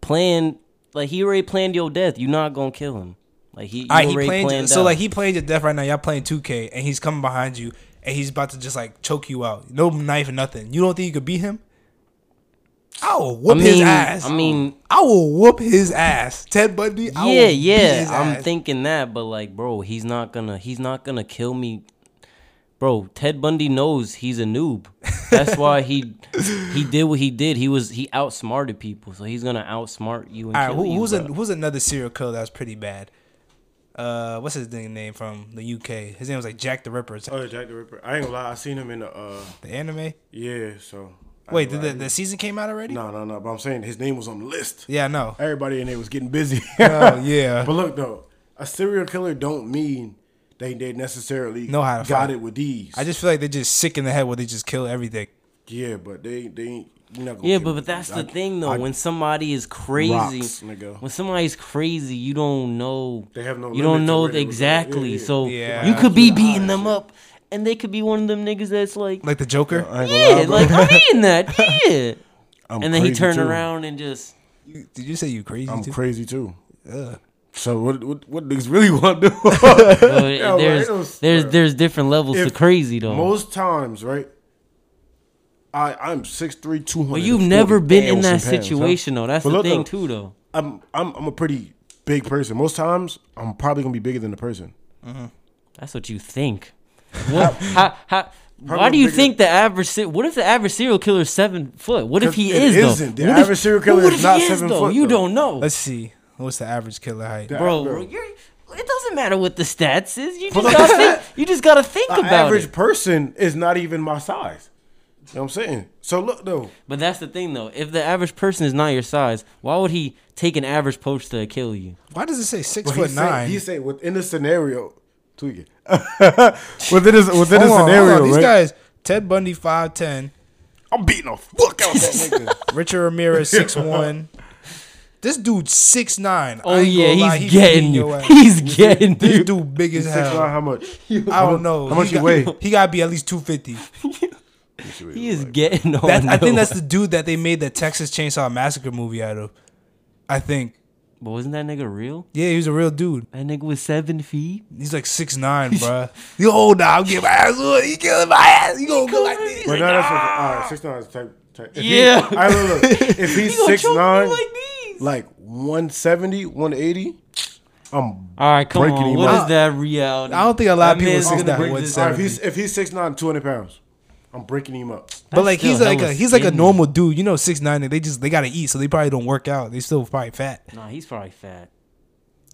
planned like he already planned your death. you not gonna kill him. Like he, you
all right. He
already
playing
planned
so
out.
like he playing to death right now. Y'all playing 2K and he's coming behind you and he's about to just like choke you out. No knife or nothing. You don't think you could beat him? I will whoop
I
his
mean-
ass.
I mean-
I will whoop his ass. Ted Bundy. I will
yeah,
beat
yeah.
his
I'm
ass.
thinking that, but like, bro, he's not gonna he's not gonna kill me. Bro, Ted Bundy knows he's a noob. That's why he [LAUGHS] he did what he did. He was he outsmarted people, so he's gonna outsmart you and
All right,
kill
who,
you.
who's
bro.
a, who's another serial killer that's pretty bad? Uh, what's his dang name from the UK? His name was like Jack the Ripper. It's
Oh, yeah, Jack the Ripper. I ain't gonna lie. I seen him in the uh,
the anime.
yeah. So I
Wait,
ain't
did
gonna
the,
lie.
the season came out already?
No, no, no. But I'm saying his name was on the list.
Yeah, no.
Everybody in there was getting
[LAUGHS]
busy.
Oh, yeah.
But look though, a serial killer don't mean they they necessarily
Know how to
got
fight.
it with these.
I just feel like they're just sick in the head where they just kill everything.
yeah, but they they ain't. You're not gonna
Yeah,
get
but,
it
but
with
that's
these.
the
I-
thing though.
I-
when somebody is crazy,
Rocks, nigga.
when somebody's crazy, you don't know.
They have no
You don't
limit to
know
where they would go.
exactly.
Yeah, yeah.
So
Yeah.
you could be beating
eyes,
them
yeah.
up, and they could be one of them niggas that's like,
Like the Joker.
I ain't gonna
yeah,
lie, [LAUGHS] bro.
like I'm eating that,
[LAUGHS]
yeah.
I'm
and then he
crazy,
turned
too.
around and
[LAUGHS]
just.
You- Did you say you crazy?
I'm
too?
crazy too.
Ugh.
So what what what niggas really [LAUGHS] want
[LAUGHS]
to do?
But
Yeah,
there's,
right, it was-
there's
bro.
there's different levels to
If
crazy though.
Most times, right? I I'm six three two hundred.
but you've never been in that situation though. That's the thing too though.
I'm I'm I'm a pretty big person. Most times, I'm probably gonna be bigger than the person.
That's what you
[LAUGHS]
think. What? how, how, why do you
bigger-
think the average? se- What if the average serial killer is seven foot? What if he
It
is
isn't.
though?
The
What
average serial
but
killer
what
is
if
not
he
seven
though?
foot,
You
though.
don't know,
Let's see. What's the average killer height?
bro.
bro.
You're, it doesn't matter what the stats is. You just
look
gotta
at
think. You just gotta think
An
about
average
it.
person is not even my size. You know what I'm saying? So look though,
But that's the thing though. If the average person is not your size, why would he take an average poach to kill you?
Why does it say six
but he
foot
say,
nine?
He say within the scenario, tweak it. [LAUGHS] within this within
Hold
the
on, hold on.
scenario,
These
right?
guys: Ted Bundy five ten,
I'm beating the fuck out that nigga.
Richard
[LAUGHS]
Ramirez six one. This dude six nine.
Oh yeah, he's
he
getting
beating
you. [LAUGHS]
your ass.
He's getting
This
you.
dude big as
Six nine,
hell.
how much?
[LAUGHS] I don't know.
How much
he
you
got,
weigh?
He gotta be at least two fifty.
He is getting on.
That [LAUGHS] I think
no-
that's the dude that they made the Texas Chainsaw Massacre movie out of. I think.
But wasn't that nigga real?
Yeah, he was a real dude.
That nigga was seven feet.
He's like six nine, bruh. [LAUGHS] Yo, nah, I'm getting my ass whooped. You killing my ass. You gonna go like this?
But now that's what, all right, six nine is type. type. If he-
Yeah.
I
[LAUGHS]
don't know. If he's
He gonna
six
choke me
nine,
like these.
like 170, 180, I'm.
All right, come
breaking
on.
him
What
up.
is that reality?
I don't think a lot of
That
people
man's
see
gonna
that
break
one
this-
side.
All right, if he's if he's six nine, two hundred pounds, I'm breaking him up.
But like
still
he's like
hella
a he's like a
skinny.
normal dude, you know, six nine. They just they gotta eat, so they probably don't work out. They still probably fat.
Nah, he's probably fat.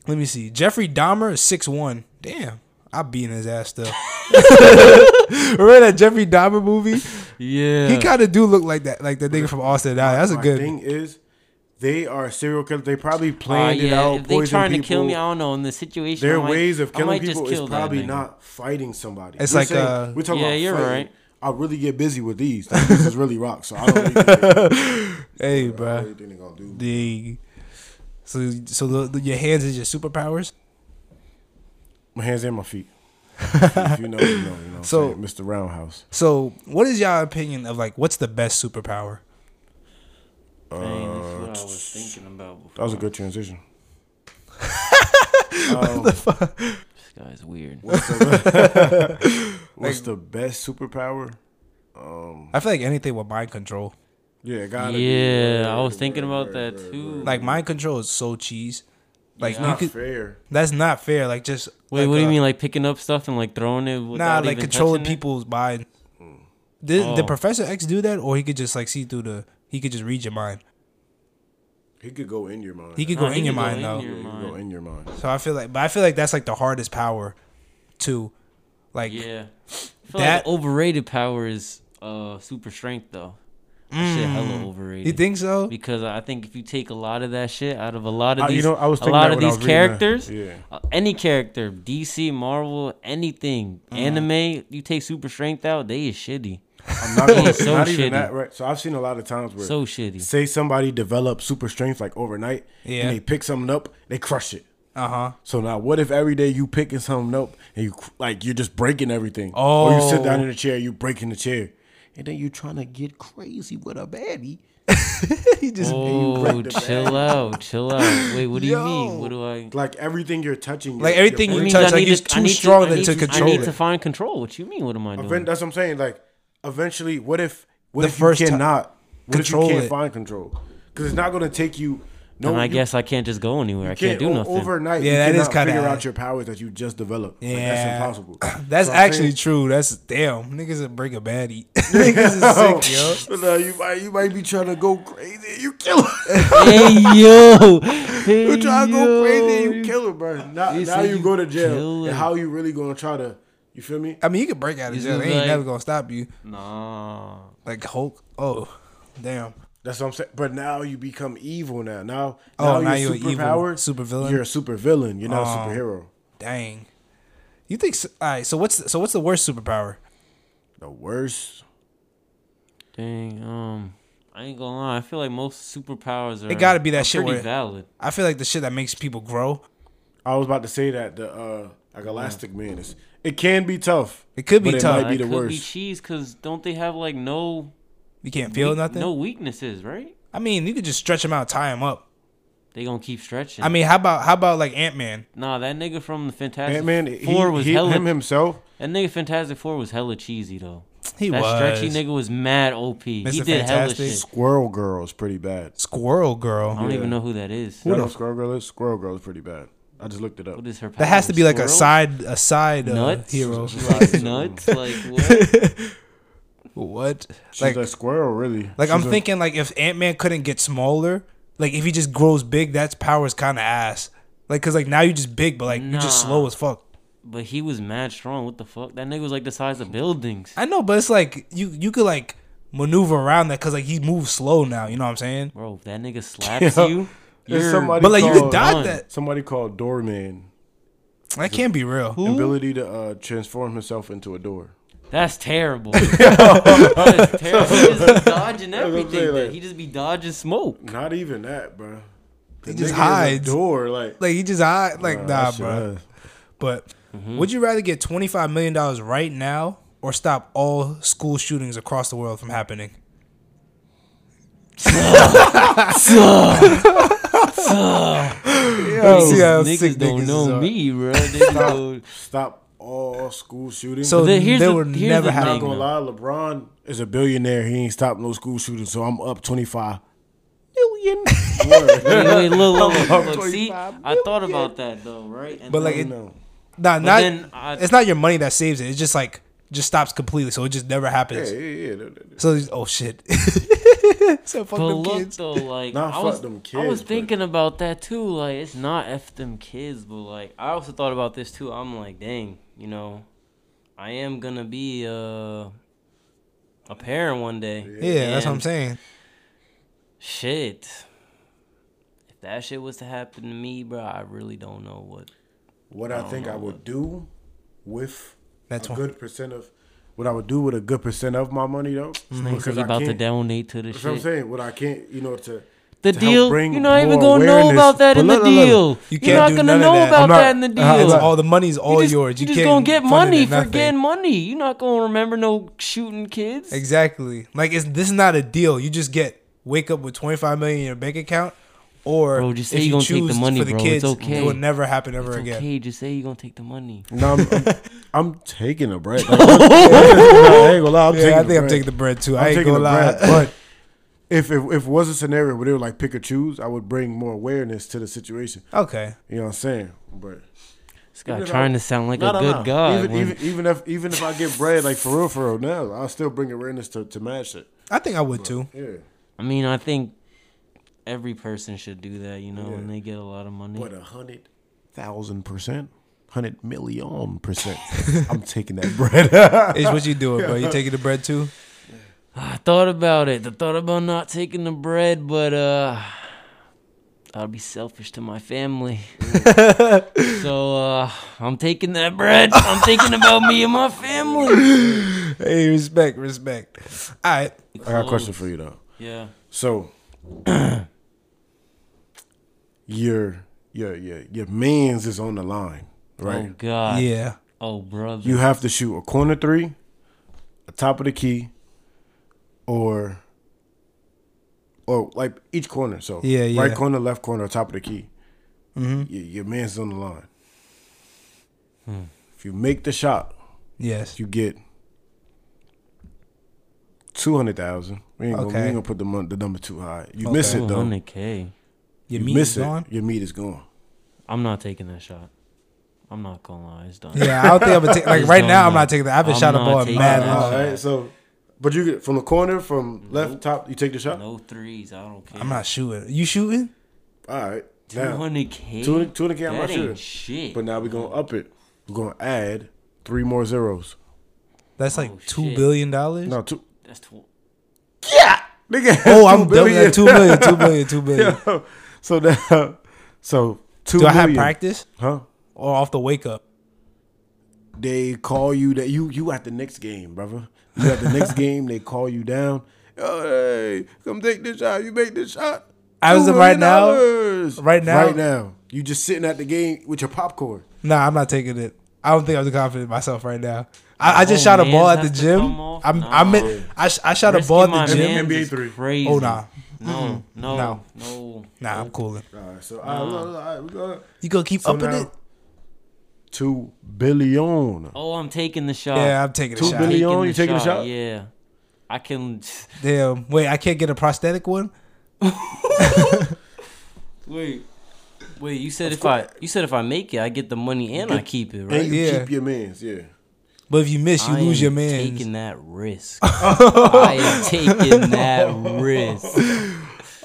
Let me see. Jeffrey Dahmer is six one. Damn, I beating his ass still. [LAUGHS] Remember that Jeffrey Dahmer movie?
Yeah.
He kind of do look like that, like the nigga from Austin. Nah, that's a
My
good.
thing is, they are serial killers. They probably
Uh,
planned it
yeah,
out.
if they
poisoned
trying to kill me, I
people.
don't know. In the situation, I
Their
might-
ways of
I
killing
might just
people is
kill that
probably
nigga.
not fighting somebody.
It's
We're
like,
saying-
uh,
we're talking
Yeah,
about
you're
fighting.
right.
I really get busy with these. Like, this is really rock, so I don't really think
[LAUGHS]
they-
Hey,
I don't
bruh.
really think they're gonna do.
The so so the, the- your hands is your superpowers.
My hands and my feet. if you know, you know, you know. [LAUGHS] what I'm
So-
saying? Mr. Roundhouse.
So what is y'all opinion of like what's the best superpower?
Dang, that's
Uh,
what I was thinking about.
That
Before.
was a good transition.
This guy's weird.
What's the, what's the best superpower?
I feel like anything with mind control.
Yeah,
Yeah,
got it. uh,
I was thinking about that too.
Like mind control is so cheese. Like
Yeah.
you
Not
could,
fair.
that's not fair. Like just
Wait,
like,
what do you
uh,
mean? Like picking up stuff and like throwing it?
Nah,
Without
like
even
controlling
touching it? Hmm.
people's mind. Did, did
Oh.
Professor X do that, or he could just like see through the? He could just read your mind.
He could go in your mind.
He could
Nah,
go
he
in your
could go
mind
in
though.
your-
Yeah, he could go in your mind.
So I feel like, but I feel like that's like the hardest power, to, like
Yeah. I feel like
That-
the overrated power is uh super strength though. That Shit,
Mm.
hella overrated.
you think so?
because I think if you take a lot of that shit out of a lot
Uh,
of
you
these,
know, I was
a
thinking
lot
that
of
when I
these
was reading that.
characters, [LAUGHS]
Yeah.
uh, any character, DC, Marvel, anything,
Mm-hmm.
anime, you take super strength out, they is
[LAUGHS]
shitty, [LAUGHS]
I'm not, gonna,
so
not even
shitty.
that, right? So I've seen a lot of times where
so shitty.
say somebody develops super strength like overnight,
Yeah.
and they pick something up, they crush it.
Uh huh.
So now, what if every day you picking something up and you cr- like you're just breaking everything? or you
Oh.
sit down in a chair, you breaking the chair, and then you trying to get crazy with a baby.
he just
Oh,
break the
chill out, chill out. Wait, what do you mean? What do I?
Like everything you're touching,
Like
you're- you're
everything you
breaking.
means
touch,
I
like,
need
he's
to- I
too
need to-
strong
I
then
need
to control
I need
it.
to find control. What you mean? What am I doing?
Event- That's what I'm saying. Like eventually, what if what
The
if
first ti-
you cannot What if you
Control
can't
it.
find control? Because it's not going to take you. No,
Then I
you
guess I can't just go anywhere. I can't do
o-
nothing.
overnight.
Yeah,
you
that is
cannot
kinda-
figure out your powers that you just developed. Yeah,
Yeah.
that's impossible.
[CLEARS THROAT] That's
So I'm
actually
saying-
true. That's damn niggas a break a
[LAUGHS]
baddie. e- [LAUGHS] niggas is
Oh.
sick, yo.
[LAUGHS] But, uh, you might you might be trying to go crazy. You kill
[LAUGHS]
her.
hey yo, hey,
you try to go
yo.
crazy. You kill her, bro. Now,
You
now
say
you
you
go to jail.
kill
And
her.
how you really gonna try to? You feel me?
I mean, you can break out of
It's
jail. They
just
ain't
like-
never gonna stop you.
Nah.
Like Hulk. Oh, damn.
That's what I'm saying. But now you become evil. Now, now,
Oh, now
now
you
your
a evil
superpower,
supervillain?
You're a super villain. You're not
Oh.
a superhero.
Dang. You think? s all right. So what's so what's the worst superpower?
The worst.
Dang. Um. I ain't gonna lie. I feel like most superpowers are.
gotta be that
are
shit
Pretty
where-
valid.
I feel like the shit that makes people grow.
I was about to say that the uh, like Elastic Man is. It can be tough.
It could be
but
tough.
It might be
That
the
could Be
worst.
cheese, cause don't they have like no
You can't feel
weak-
nothing.
No weaknesses, right?
I mean, you could just stretch them out, tie them up.
They gonna keep stretching.
I mean, how about how about like Ant Man?
nah, that nigga from the Fantastic
Ant Man.
Four was hella.
him himself.
that nigga Fantastic Four was hella cheesy though.
He
that
was
stretchy nigga was mad op. He
Mr.
did hella
Fantastic.
shit.
Squirrel Girl is pretty bad.
Squirrel
I don't
Girl.
even know who that is.
Y'all know what Squirrel Girl is? Squirrel Girl is pretty bad. I just looked it up.
What is her?
That has to be like a
Squirrel?
side a side uh,
nuts [LAUGHS]
hero.
Like nuts.
[LAUGHS]
Like what?
what?
She's
Like
a squirrel, really.
like I'm
She's a-
thinking like if Ant Man couldn't get smaller, like if he just grows big, that's power's kind of ass. Like cause like now you just big, but like you just
Nah.
slow as fuck.
But he was mad strong. What the fuck? That nigga was like the size of buildings.
I know, but it's like you you could like maneuver around that because like he moves slow now. You know what I'm saying?
Bro, if that
[LAUGHS]
nigga slaps
Yeah.
you,
There's
you're
somebody-
But like you could
called
dodge
one.
that.
somebody called Doorman.
That can't be real.
Who?
Ability to uh, transform himself into a door.
That's
[LAUGHS]
terrible. That's terrible. He just be dodging
[LAUGHS]
everything.
saying,
then.
like-
he just be dodging smoke.
Not even that, bro. The
He just
nigga is a
hides.
door, like,
Like he just I like
Bruh,
nah,
that shit
bro.
ass.
But
Mm-hmm.
would you rather get twenty five million dollars right now or stop all school shootings across the world from happening?
Niggas,
See how
niggas
sick
don't
niggas uh,
know
are.
me,
[LAUGHS]
bro. Niggas don't-
Stop all school shootings.
So
But then
they
here's the-
would
here's
never
the
I'm
happen.
not gonna lie, LeBron is a billionaire. He ain't stopped no school shootings, so I'm up 25 million. [LAUGHS] Word.
Wait, wait, look, look, look,
I'm
look,
[LAUGHS]
See,
25
I thought about that though, right? And
But, like,
then-
it-
No.
Nah, not
then I-
it's not your money that saves it. It's just like just stops completely, so it just never
Yeah,
happens.
yeah, yeah. no, no, no.
So it's- oh shit. [LAUGHS] so fuck
but
them
look
kids.
though, like
Nah,
I
fuck
was,
them
I
kids,
was
but-
thinking about that too. Like it's not f them kids, but like I also thought about this too. I'm like, dang, you know, I am gonna be uh, a parent one day.
Yeah, that's what I'm
And
saying.
Shit, if that shit was to happen to me, bro, I really don't know what.
What I think I would do with
That's
a
one.
good percent of what I would do with a good percent of my money though,
Mm-hmm.
Niggas is
I
about to
can't-
donate to the
That's what I'm
shit.
saying. What I can't, you know, to
The
to help
deal,
bring
you're not even
more
gonna know
awareness.
about that
But
in the
look, look, look.
deal.
You
You are
can't
not
do
gonna
none of
know
that.
about
I'm not- Uh,
that in the
I'm
deal.
It's
not-
all the money's all
you just, You,
yours. You,
just
can't
gonna get
fund it at
money for
nothing.
getting money. You're not gonna remember no shooting kids.
Exactly. Like it's this is not a deal. You just get wake up with twenty five million in your bank account, or
Bro, just say
if
you
you
gonna
choose
take the money,
for the
bro. It's
kids,
okay.
it will never happen ever
It's
again.
okay, just say you're gonna take the money.
No, I'm, I'm,
[LAUGHS]
I'm taking a break. Like, I ain't gonna lie, I'm
Yeah, I think
a
I'm
break.
taking the bread too.
I'm
I ain't
taking
gonna
a
lie.
break, but [LAUGHS] if, if if it was a scenario where they were like pick or choose, I would bring more awareness to the situation.
[LAUGHS] okay.
You know what I'm saying? But
This guy
Even if
trying
I-
to sound like
No,
a
no,
good
no.
guy.
Even,
when-
even even if even if I get bread like for real for real now, I'll still bring awareness to to match it.
I think I would too.
Yeah,
I mean, I think every person should do that, you know, when
Yeah.
they get a lot of money.
what a hundred thousand percent. Hundred million percent. I'm taking that bread. [LAUGHS]
It's what you doing, bro.
[LAUGHS]
You taking the bread too?
I thought about it. I thought about not taking the bread, but uh I'd be selfish to my [LAUGHS] family. so uh I'm taking that bread. I'm thinking about me and my [LAUGHS] family.
Hey, respect, respect. All right.
I got a question for you though.
Yeah.
So [CLEARS THROAT] your your your your man's is on the line,
Oh
right?
god.
Yeah.
Oh brother.
You have to shoot a corner three, a top of the key, or or like each corner. So
Yeah, yeah. Mm-hmm.
right corner, left corner, top of the key. Your, your man's on the line. If you make the shot,
Yes.
you get two hundred thousand. We ain't gonna, we
Okay.
ain't gonna put the mon- the number too high. You
Okay.
miss it though.
200k.
you
Your meat
miss
is
it.
gone.
Your meat is gone.
I'm not taking that shot. I'm not gonna lie, it's done.
Yeah, I don't think I'm gonna take like
It's
right
gone
now. I'm
now.
not taking that. I've been
I'm
shot a
not
ball in
taking
mad
that.
long.
Uh,
All right, so but you get from the corner from left top. You take the shot.
No threes. I don't care.
I'm not shooting. You shooting?
All right,
Two
now
hundred k.
200 200K, I'm
That ain't
not sure.
shit.
but now we're gonna up it. We're gonna add three more zeros.
That's like
Oh,
two billion
shit.
dollars.
No, two.
that's tw-
Yeah, nigga. [LAUGHS]
Oh, I'm double that two billion, two billion, two [LAUGHS] billion.
Yo, [LAUGHS] so now, so two.
Do I have
million,
practice
Huh?
or off the wake up?
They call you that you you at the next game, brother. You at the
[LAUGHS]
next game. They call you down. Oh, hey, come take this shot. You make this shot.
As of right now-
$2 million.
right now-
right now, you just sitting at the game with your popcorn.
Nah, I'm not taking it. I don't think I'm confident in myself right now. I, I just
Oh,
shot a
man,
ball at the
have to
gym.
come off?
I'm,
Nah.
I'm in, I, sh- I shot a
risking
ball
my
at the gym.
mans
NBA
is
three.
Crazy.
Oh, nah.
No, no,
No.
no, no.
Nah, I'm cooling.
All right, so all
Uh-huh.
right, all right, we got
You gonna keep
so
upping
now,
it?
two billion.
Oh, I'm taking the shot.
Yeah, I'm taking a
Two
shot.
billion-
Taking
you
the
taking the shot?
Yeah, I can. [LAUGHS]
Damn. Wait, I can't get a prosthetic one.
Wait, wait. You said if I, you said if I make it, I get the money and I keep it,
And
right?
you
Yeah.
keep your man's, yeah.
But if you miss, you
I
lose
am
your man.
Taking that
[LAUGHS]
risk. I am taking that risk.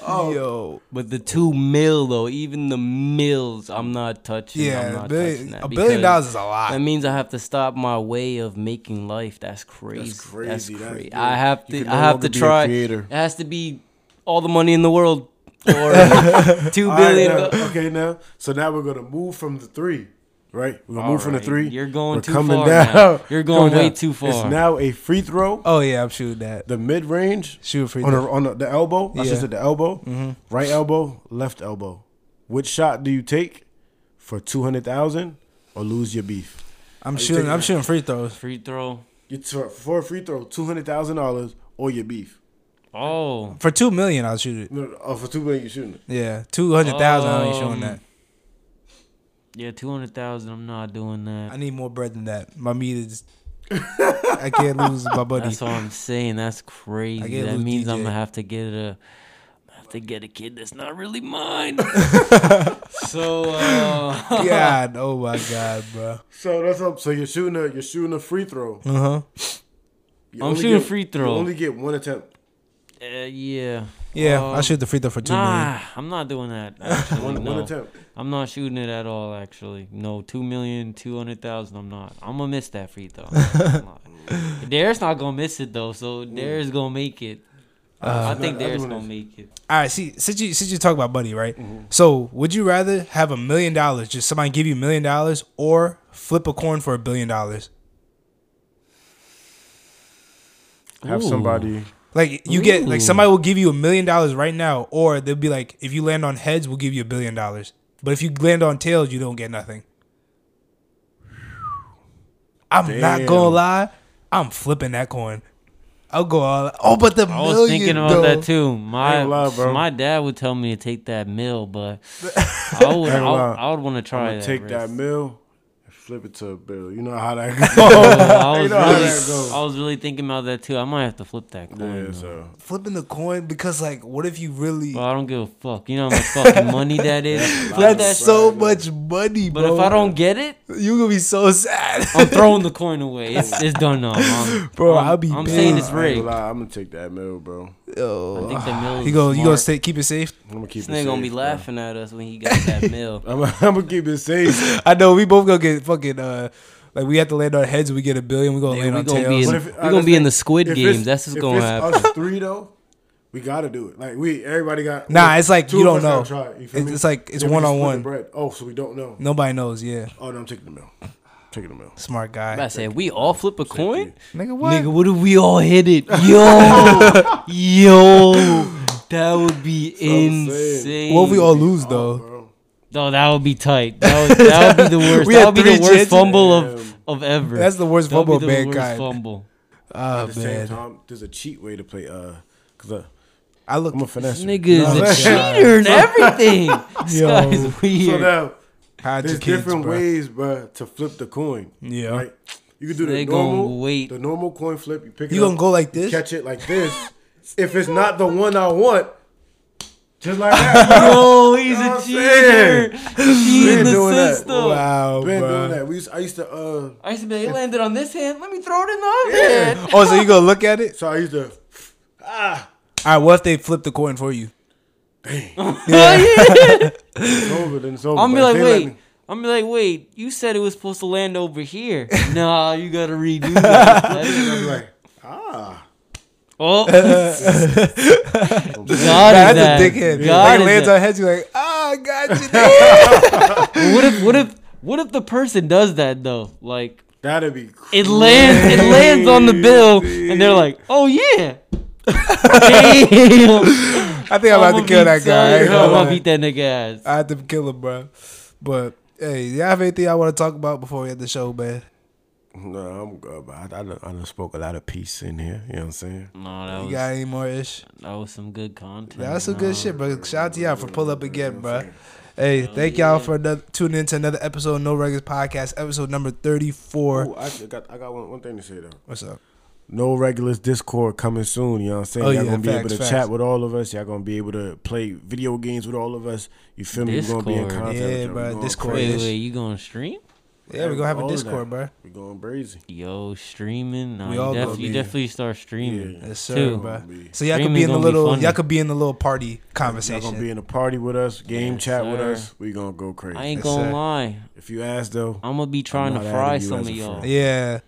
Oh. Yo.
But the two mil though, even the mills, I'm not touching. I'm not
Yeah, a
touching
billion,
that
a billion
because
dollars is a lot.
That means I have to stop my way of making life. That's crazy. That's
crazy.
crazy.
That's good.
I have to.
You can no
I have
longer
to
be a
try.
creator.
It has to be all the money in the world,
[LAUGHS]
or two
All right,
billion.
now-
do-
okay, now so now we're gonna move from the three, right? We're gonna move from the
Alright,
three.
you're going
We're
too far
[LAUGHS]
now. You're going way too
It's
far.
now a free throw,
Oh yeah, I'm shooting that.
the mid range,
Shoot a free
on, the,
throw.
on the, the elbow. I
Yeah.
should say the elbow,
Mm-hmm.
right elbow, left elbow. Which shot do you take for two hundred thousand or lose your beef?
I'm
Oh, you
shooting.
taking
I'm
that?
shooting free throws.
Free throw.
You t- for a free throw, two hundred thousand dollars or your beef.
Oh,
For two million, I'll shoot it.
No, no, Oh, for two million, you shooting it.
Yeah, two hundred thousand. I ain't shooting
Um,
that.
yeah, two hundred thousand. I'm not doing
I
Oh.
that.
need more bread than that. My meat is. I
[LAUGHS]
can't lose my buddy.
That's what I'm saying. That's crazy.
get
That
Lil
means I'm
DJ.
gonna have to get a. I Have to get a kid that's not really
[LAUGHS]
mine. [LAUGHS] so uh,
God, oh my God, bro.
So that's up. So you're shooting a you're shooting a free throw.
Uh huh.
You
Mm-hmm. I'm
only
shooting
get-
free
you
throw.
only get one attempt.
uh, yeah,
Yeah, I
Oh.
Um,
shoot the free throw for two million.
Nah, I'm not doing that. Actually,
One,
no.
one attempt.
I'm not shooting it at all. Actually, no, two million two hundred thousand. I'm not. I'm gonna miss that free throw. I'm
[LAUGHS]
not. Dare's not gonna miss it though. So Dare's gonna make it. I think
Uh, I- I
Dare's
do wanna-
gonna make it.
All right, see, since you since you talk about buddy, right?
Mm-hmm.
So, would you rather have a million dollars, just somebody give you a million dollars, or flip a coin for a billion dollars?
Have
Ooh.
somebody.
Like you get like
Ooh.
somebody will give you a million dollars right now, or they'll be like, if you land on heads, we'll give you a billion dollars. But if you land on tails, you don't get nothing. [SIGHS] I'm not
Damn.
gonna lie, I'm flipping that coin. I'll go all. Oh, but the
I
million.
was thinking about
though.
that too. My
Ain't lie, bro.
my dad would tell me to take that mill,
[LAUGHS]
but I would I,
Ain't lie.
would- I would want to
I'm
try
gonna
that.
take
[LAUGHS]
that
risk.
mill and flip it to a bill. You know how
[LAUGHS]
that goes.
I
You
was
know how
really
that goes.
I was really thinking about that too. I might have to flip that coin.
yeah,
though.
so
Flipping the coin because like, what if you really?
Well, I don't give a fuck. You know how much
[LAUGHS]
fucking money that is. Flip that
[LAUGHS] That's
shit.
so much money,
But
bro.
if I don't get it,
You gonna be so [LAUGHS] sad,
I'm throwing the coin away. It's,
[LAUGHS]
it's done now. I'm,
bro.
I'm,
I'll be.
I'm
big.
saying it's
I ain't
rigged.
gonna lie, I'm gonna take that mill, bro.
I
Yo.
think the mill.
You go. You gonna
Oh. smart.
stay. Keep it safe.
I'm gonna keep
This
it
nigga
safe.
gonna be laughing at us when he got that mill.
I'm, [LAUGHS] I'm gonna keep it safe.
I know we both gonna get fucking. uh Like we have to land on heads. We get a billion. We gonna
Nigga,
land
we
on
gonna be
tails.
in-
But if-
We gonna be
I
in
understand-
the Squid
if
Game.
it's-
That's what's
if
gonna
it's
happen.
Us three though, we gotta do it. Like we, everybody got.
Nah, it's like
two
you
of
don't
us
know.
gotta try it, you feel
It's-
me?
it's like it's
Then we
one
just
on
split the
one.
bread. Oh, so we don't know.
Nobody knows. Yeah,
Oh no, I'm taking the mill. Taking the mill.
smart
I
guy.
said we all flip a coin.
Nigga,
Nigga, what if we all hit it? [LAUGHS] Yo, yo, that would be
I'm saying.
insane.
What if we all lose
Oh,
though?
bro.
No, that would be tight. That would, that would be the worst.
[LAUGHS] We
that
had
would be
three
the worst
chances.
fumble of, of ever.
That's the worst
That would
fumble
be
of
the worst
mankind.
fumble.
Oh
At the same
man,
time, there's a cheat way to play. Uh, cause uh,
I look.
I'm a finesse.
Nigga [LAUGHS] is
No,
a
that's-
cheater and everything. [LAUGHS] This
Yo.
guy is
So
weird.
now
Hide your
there's
kids,
different
bro. Mm.
ways, bro, to flip the coin.
Yeah.
Right? You can do the
They gonna
normal,
wait.
the normal coin flip. You pick it
You gonna
up,
go like
you
this?
catch it like this. if it's not the one I want, just
[LAUGHS]
like that.
Oh, he's
You know
a
what I'm saying?
cheater. Cheating
Been
the
doing that.
system.
Wow,
Been
bruh.
doing that. We used, I used to, uh,
I used to be like, it landed on this hand. Let me throw it in the other hand.
Oh, so you gonna look at
[LAUGHS]
it?
so I used to, ah,
All right, what if they flip the coin for you?
[LAUGHS] Oh, yeah.
it's over. Then it's over.
I'm
But
be
if
like,
they let
wait.
me-
I'm be like, wait. You said it was supposed to land over
[LAUGHS]
here. nah, you gotta redo that. That's-
I'd be like, ah,
[LAUGHS]
oh, [LAUGHS] God is
That's
that.
a dickhead.
God
like, it
is
lands
that.
on heads, you're like, ah, I
[LAUGHS]
got you.
What if? What if? What if the person does that though? Like
that'd be.
it lands. It lands on the bill, and they're like, oh
[LAUGHS]
yeah. Damn.
I think I'm about to kill that guy.
[LAUGHS]
I ain't
I'm
gonna
gonna
lie.
beat that nigga ass.
I had to kill him, bro. But hey, do you have anything I want to talk about before we end the show, man?
No, I'm good, but I, I, done, I done spoke a lot of peace in here. You know what I'm saying?
No, that
You
was
got any more ish?
that was some good content.
That's some
nah.
good shit, bro. Shout out to y'all for pull up again, bro. Hey, thank y'all for another, tuning in to another episode of No Regulars Podcast, episode number thirty-four.
Oh, I actually got, I got one, one thing to say though.
What's up?
No regulars Discord coming soon. You know what I'm saying?
Oh,
y'all
yeah,
gonna be able
facts,
to
facts.
chat with all of us. Y'all gonna be able to play video games with all of us. You feel me? We're gonna be in
Discord.
contact. with
Yeah,
y'all.
bruh,
We going
Discord.
Wait,
crazy.
wait, wait, you going to stream?
Yeah, we're gonna have
All
a
of
Discord,
that.
bro.
We going crazy.
Yo, streaming. Nah,
We
you,
all
def-
gonna
you
be-
definitely start streaming.
Yeah.
Yes, sir,
Two.
bro.
Gonna be-
So y'all could
Streaming
be in the
gonna be
little,
funny.
y'all could be in the little party
Y'all
conversation.
gonna be in a party with us. Game
Yes,
chat with
sir.
us. We gonna go crazy.
I ain't
Yes,
gonna
sir.
lie.
if you ask though,
I'm gonna be trying to
not
fry
adding you
some
as
of
a
y'all.
friend.
yeah,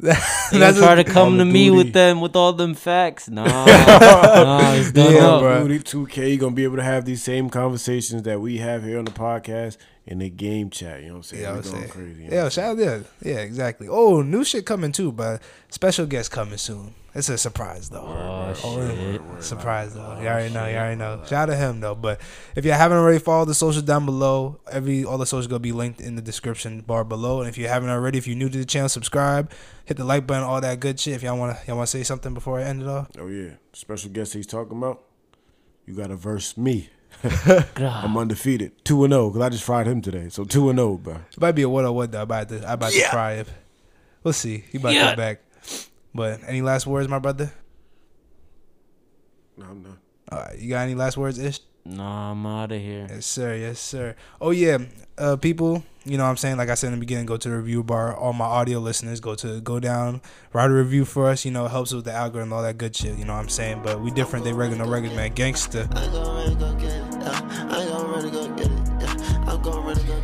that's
They gonna try to
a-
come
Call
to
of
me
Duty.
with them with all them facts.
[LAUGHS]
Nah, nah, it's done
Yeah,
up.
bruh.
Call of Duty 2K, you gonna be able to have these same conversations that we have here on the podcast in the game chat. You know what I'm saying?
Yeah, I
we
would
going
say.
crazy. you know
Yeah,
what I'm
shout out yeah, yeah, exactly. Oh, new shit coming too, but special guest coming soon. It's a surprise though.
Oh, shit.
Surprise
Oh,
though. You already know, you already know. Shout out to him though. But if you haven't already followed the social down below, every all the socials gonna be linked in the description bar below. And if you haven't already, if you're new to the channel, subscribe, hit the like button, all that good shit. If y'all wanna y'all wanna say something before I end it all.
Oh yeah, special guest he's talking about. You gotta verse me. I'm undefeated, two and zero, cause I just fried him today. So two and zero, bro.
It might be a what or what though. I about to I about to try it. We'll see. He about to
Yeah.
come back. But any last words, my brother?
No, I'm not.
All right, you got any last words, Ish?
Nah, I'm out of here.
Yes, sir. Yes, sir. Oh, yeah. Uh, people, you know what I'm saying? Like I said in the beginning, go to the review bar. All my audio listeners, go to go down, write a review for us. You know, it helps with the algorithm, all that good shit. You know what I'm saying? But we different. They regular, no regular, man. Gangster.
I gon' really go get it, yeah. I gon' really go get it, yeah. I gon' really go get it.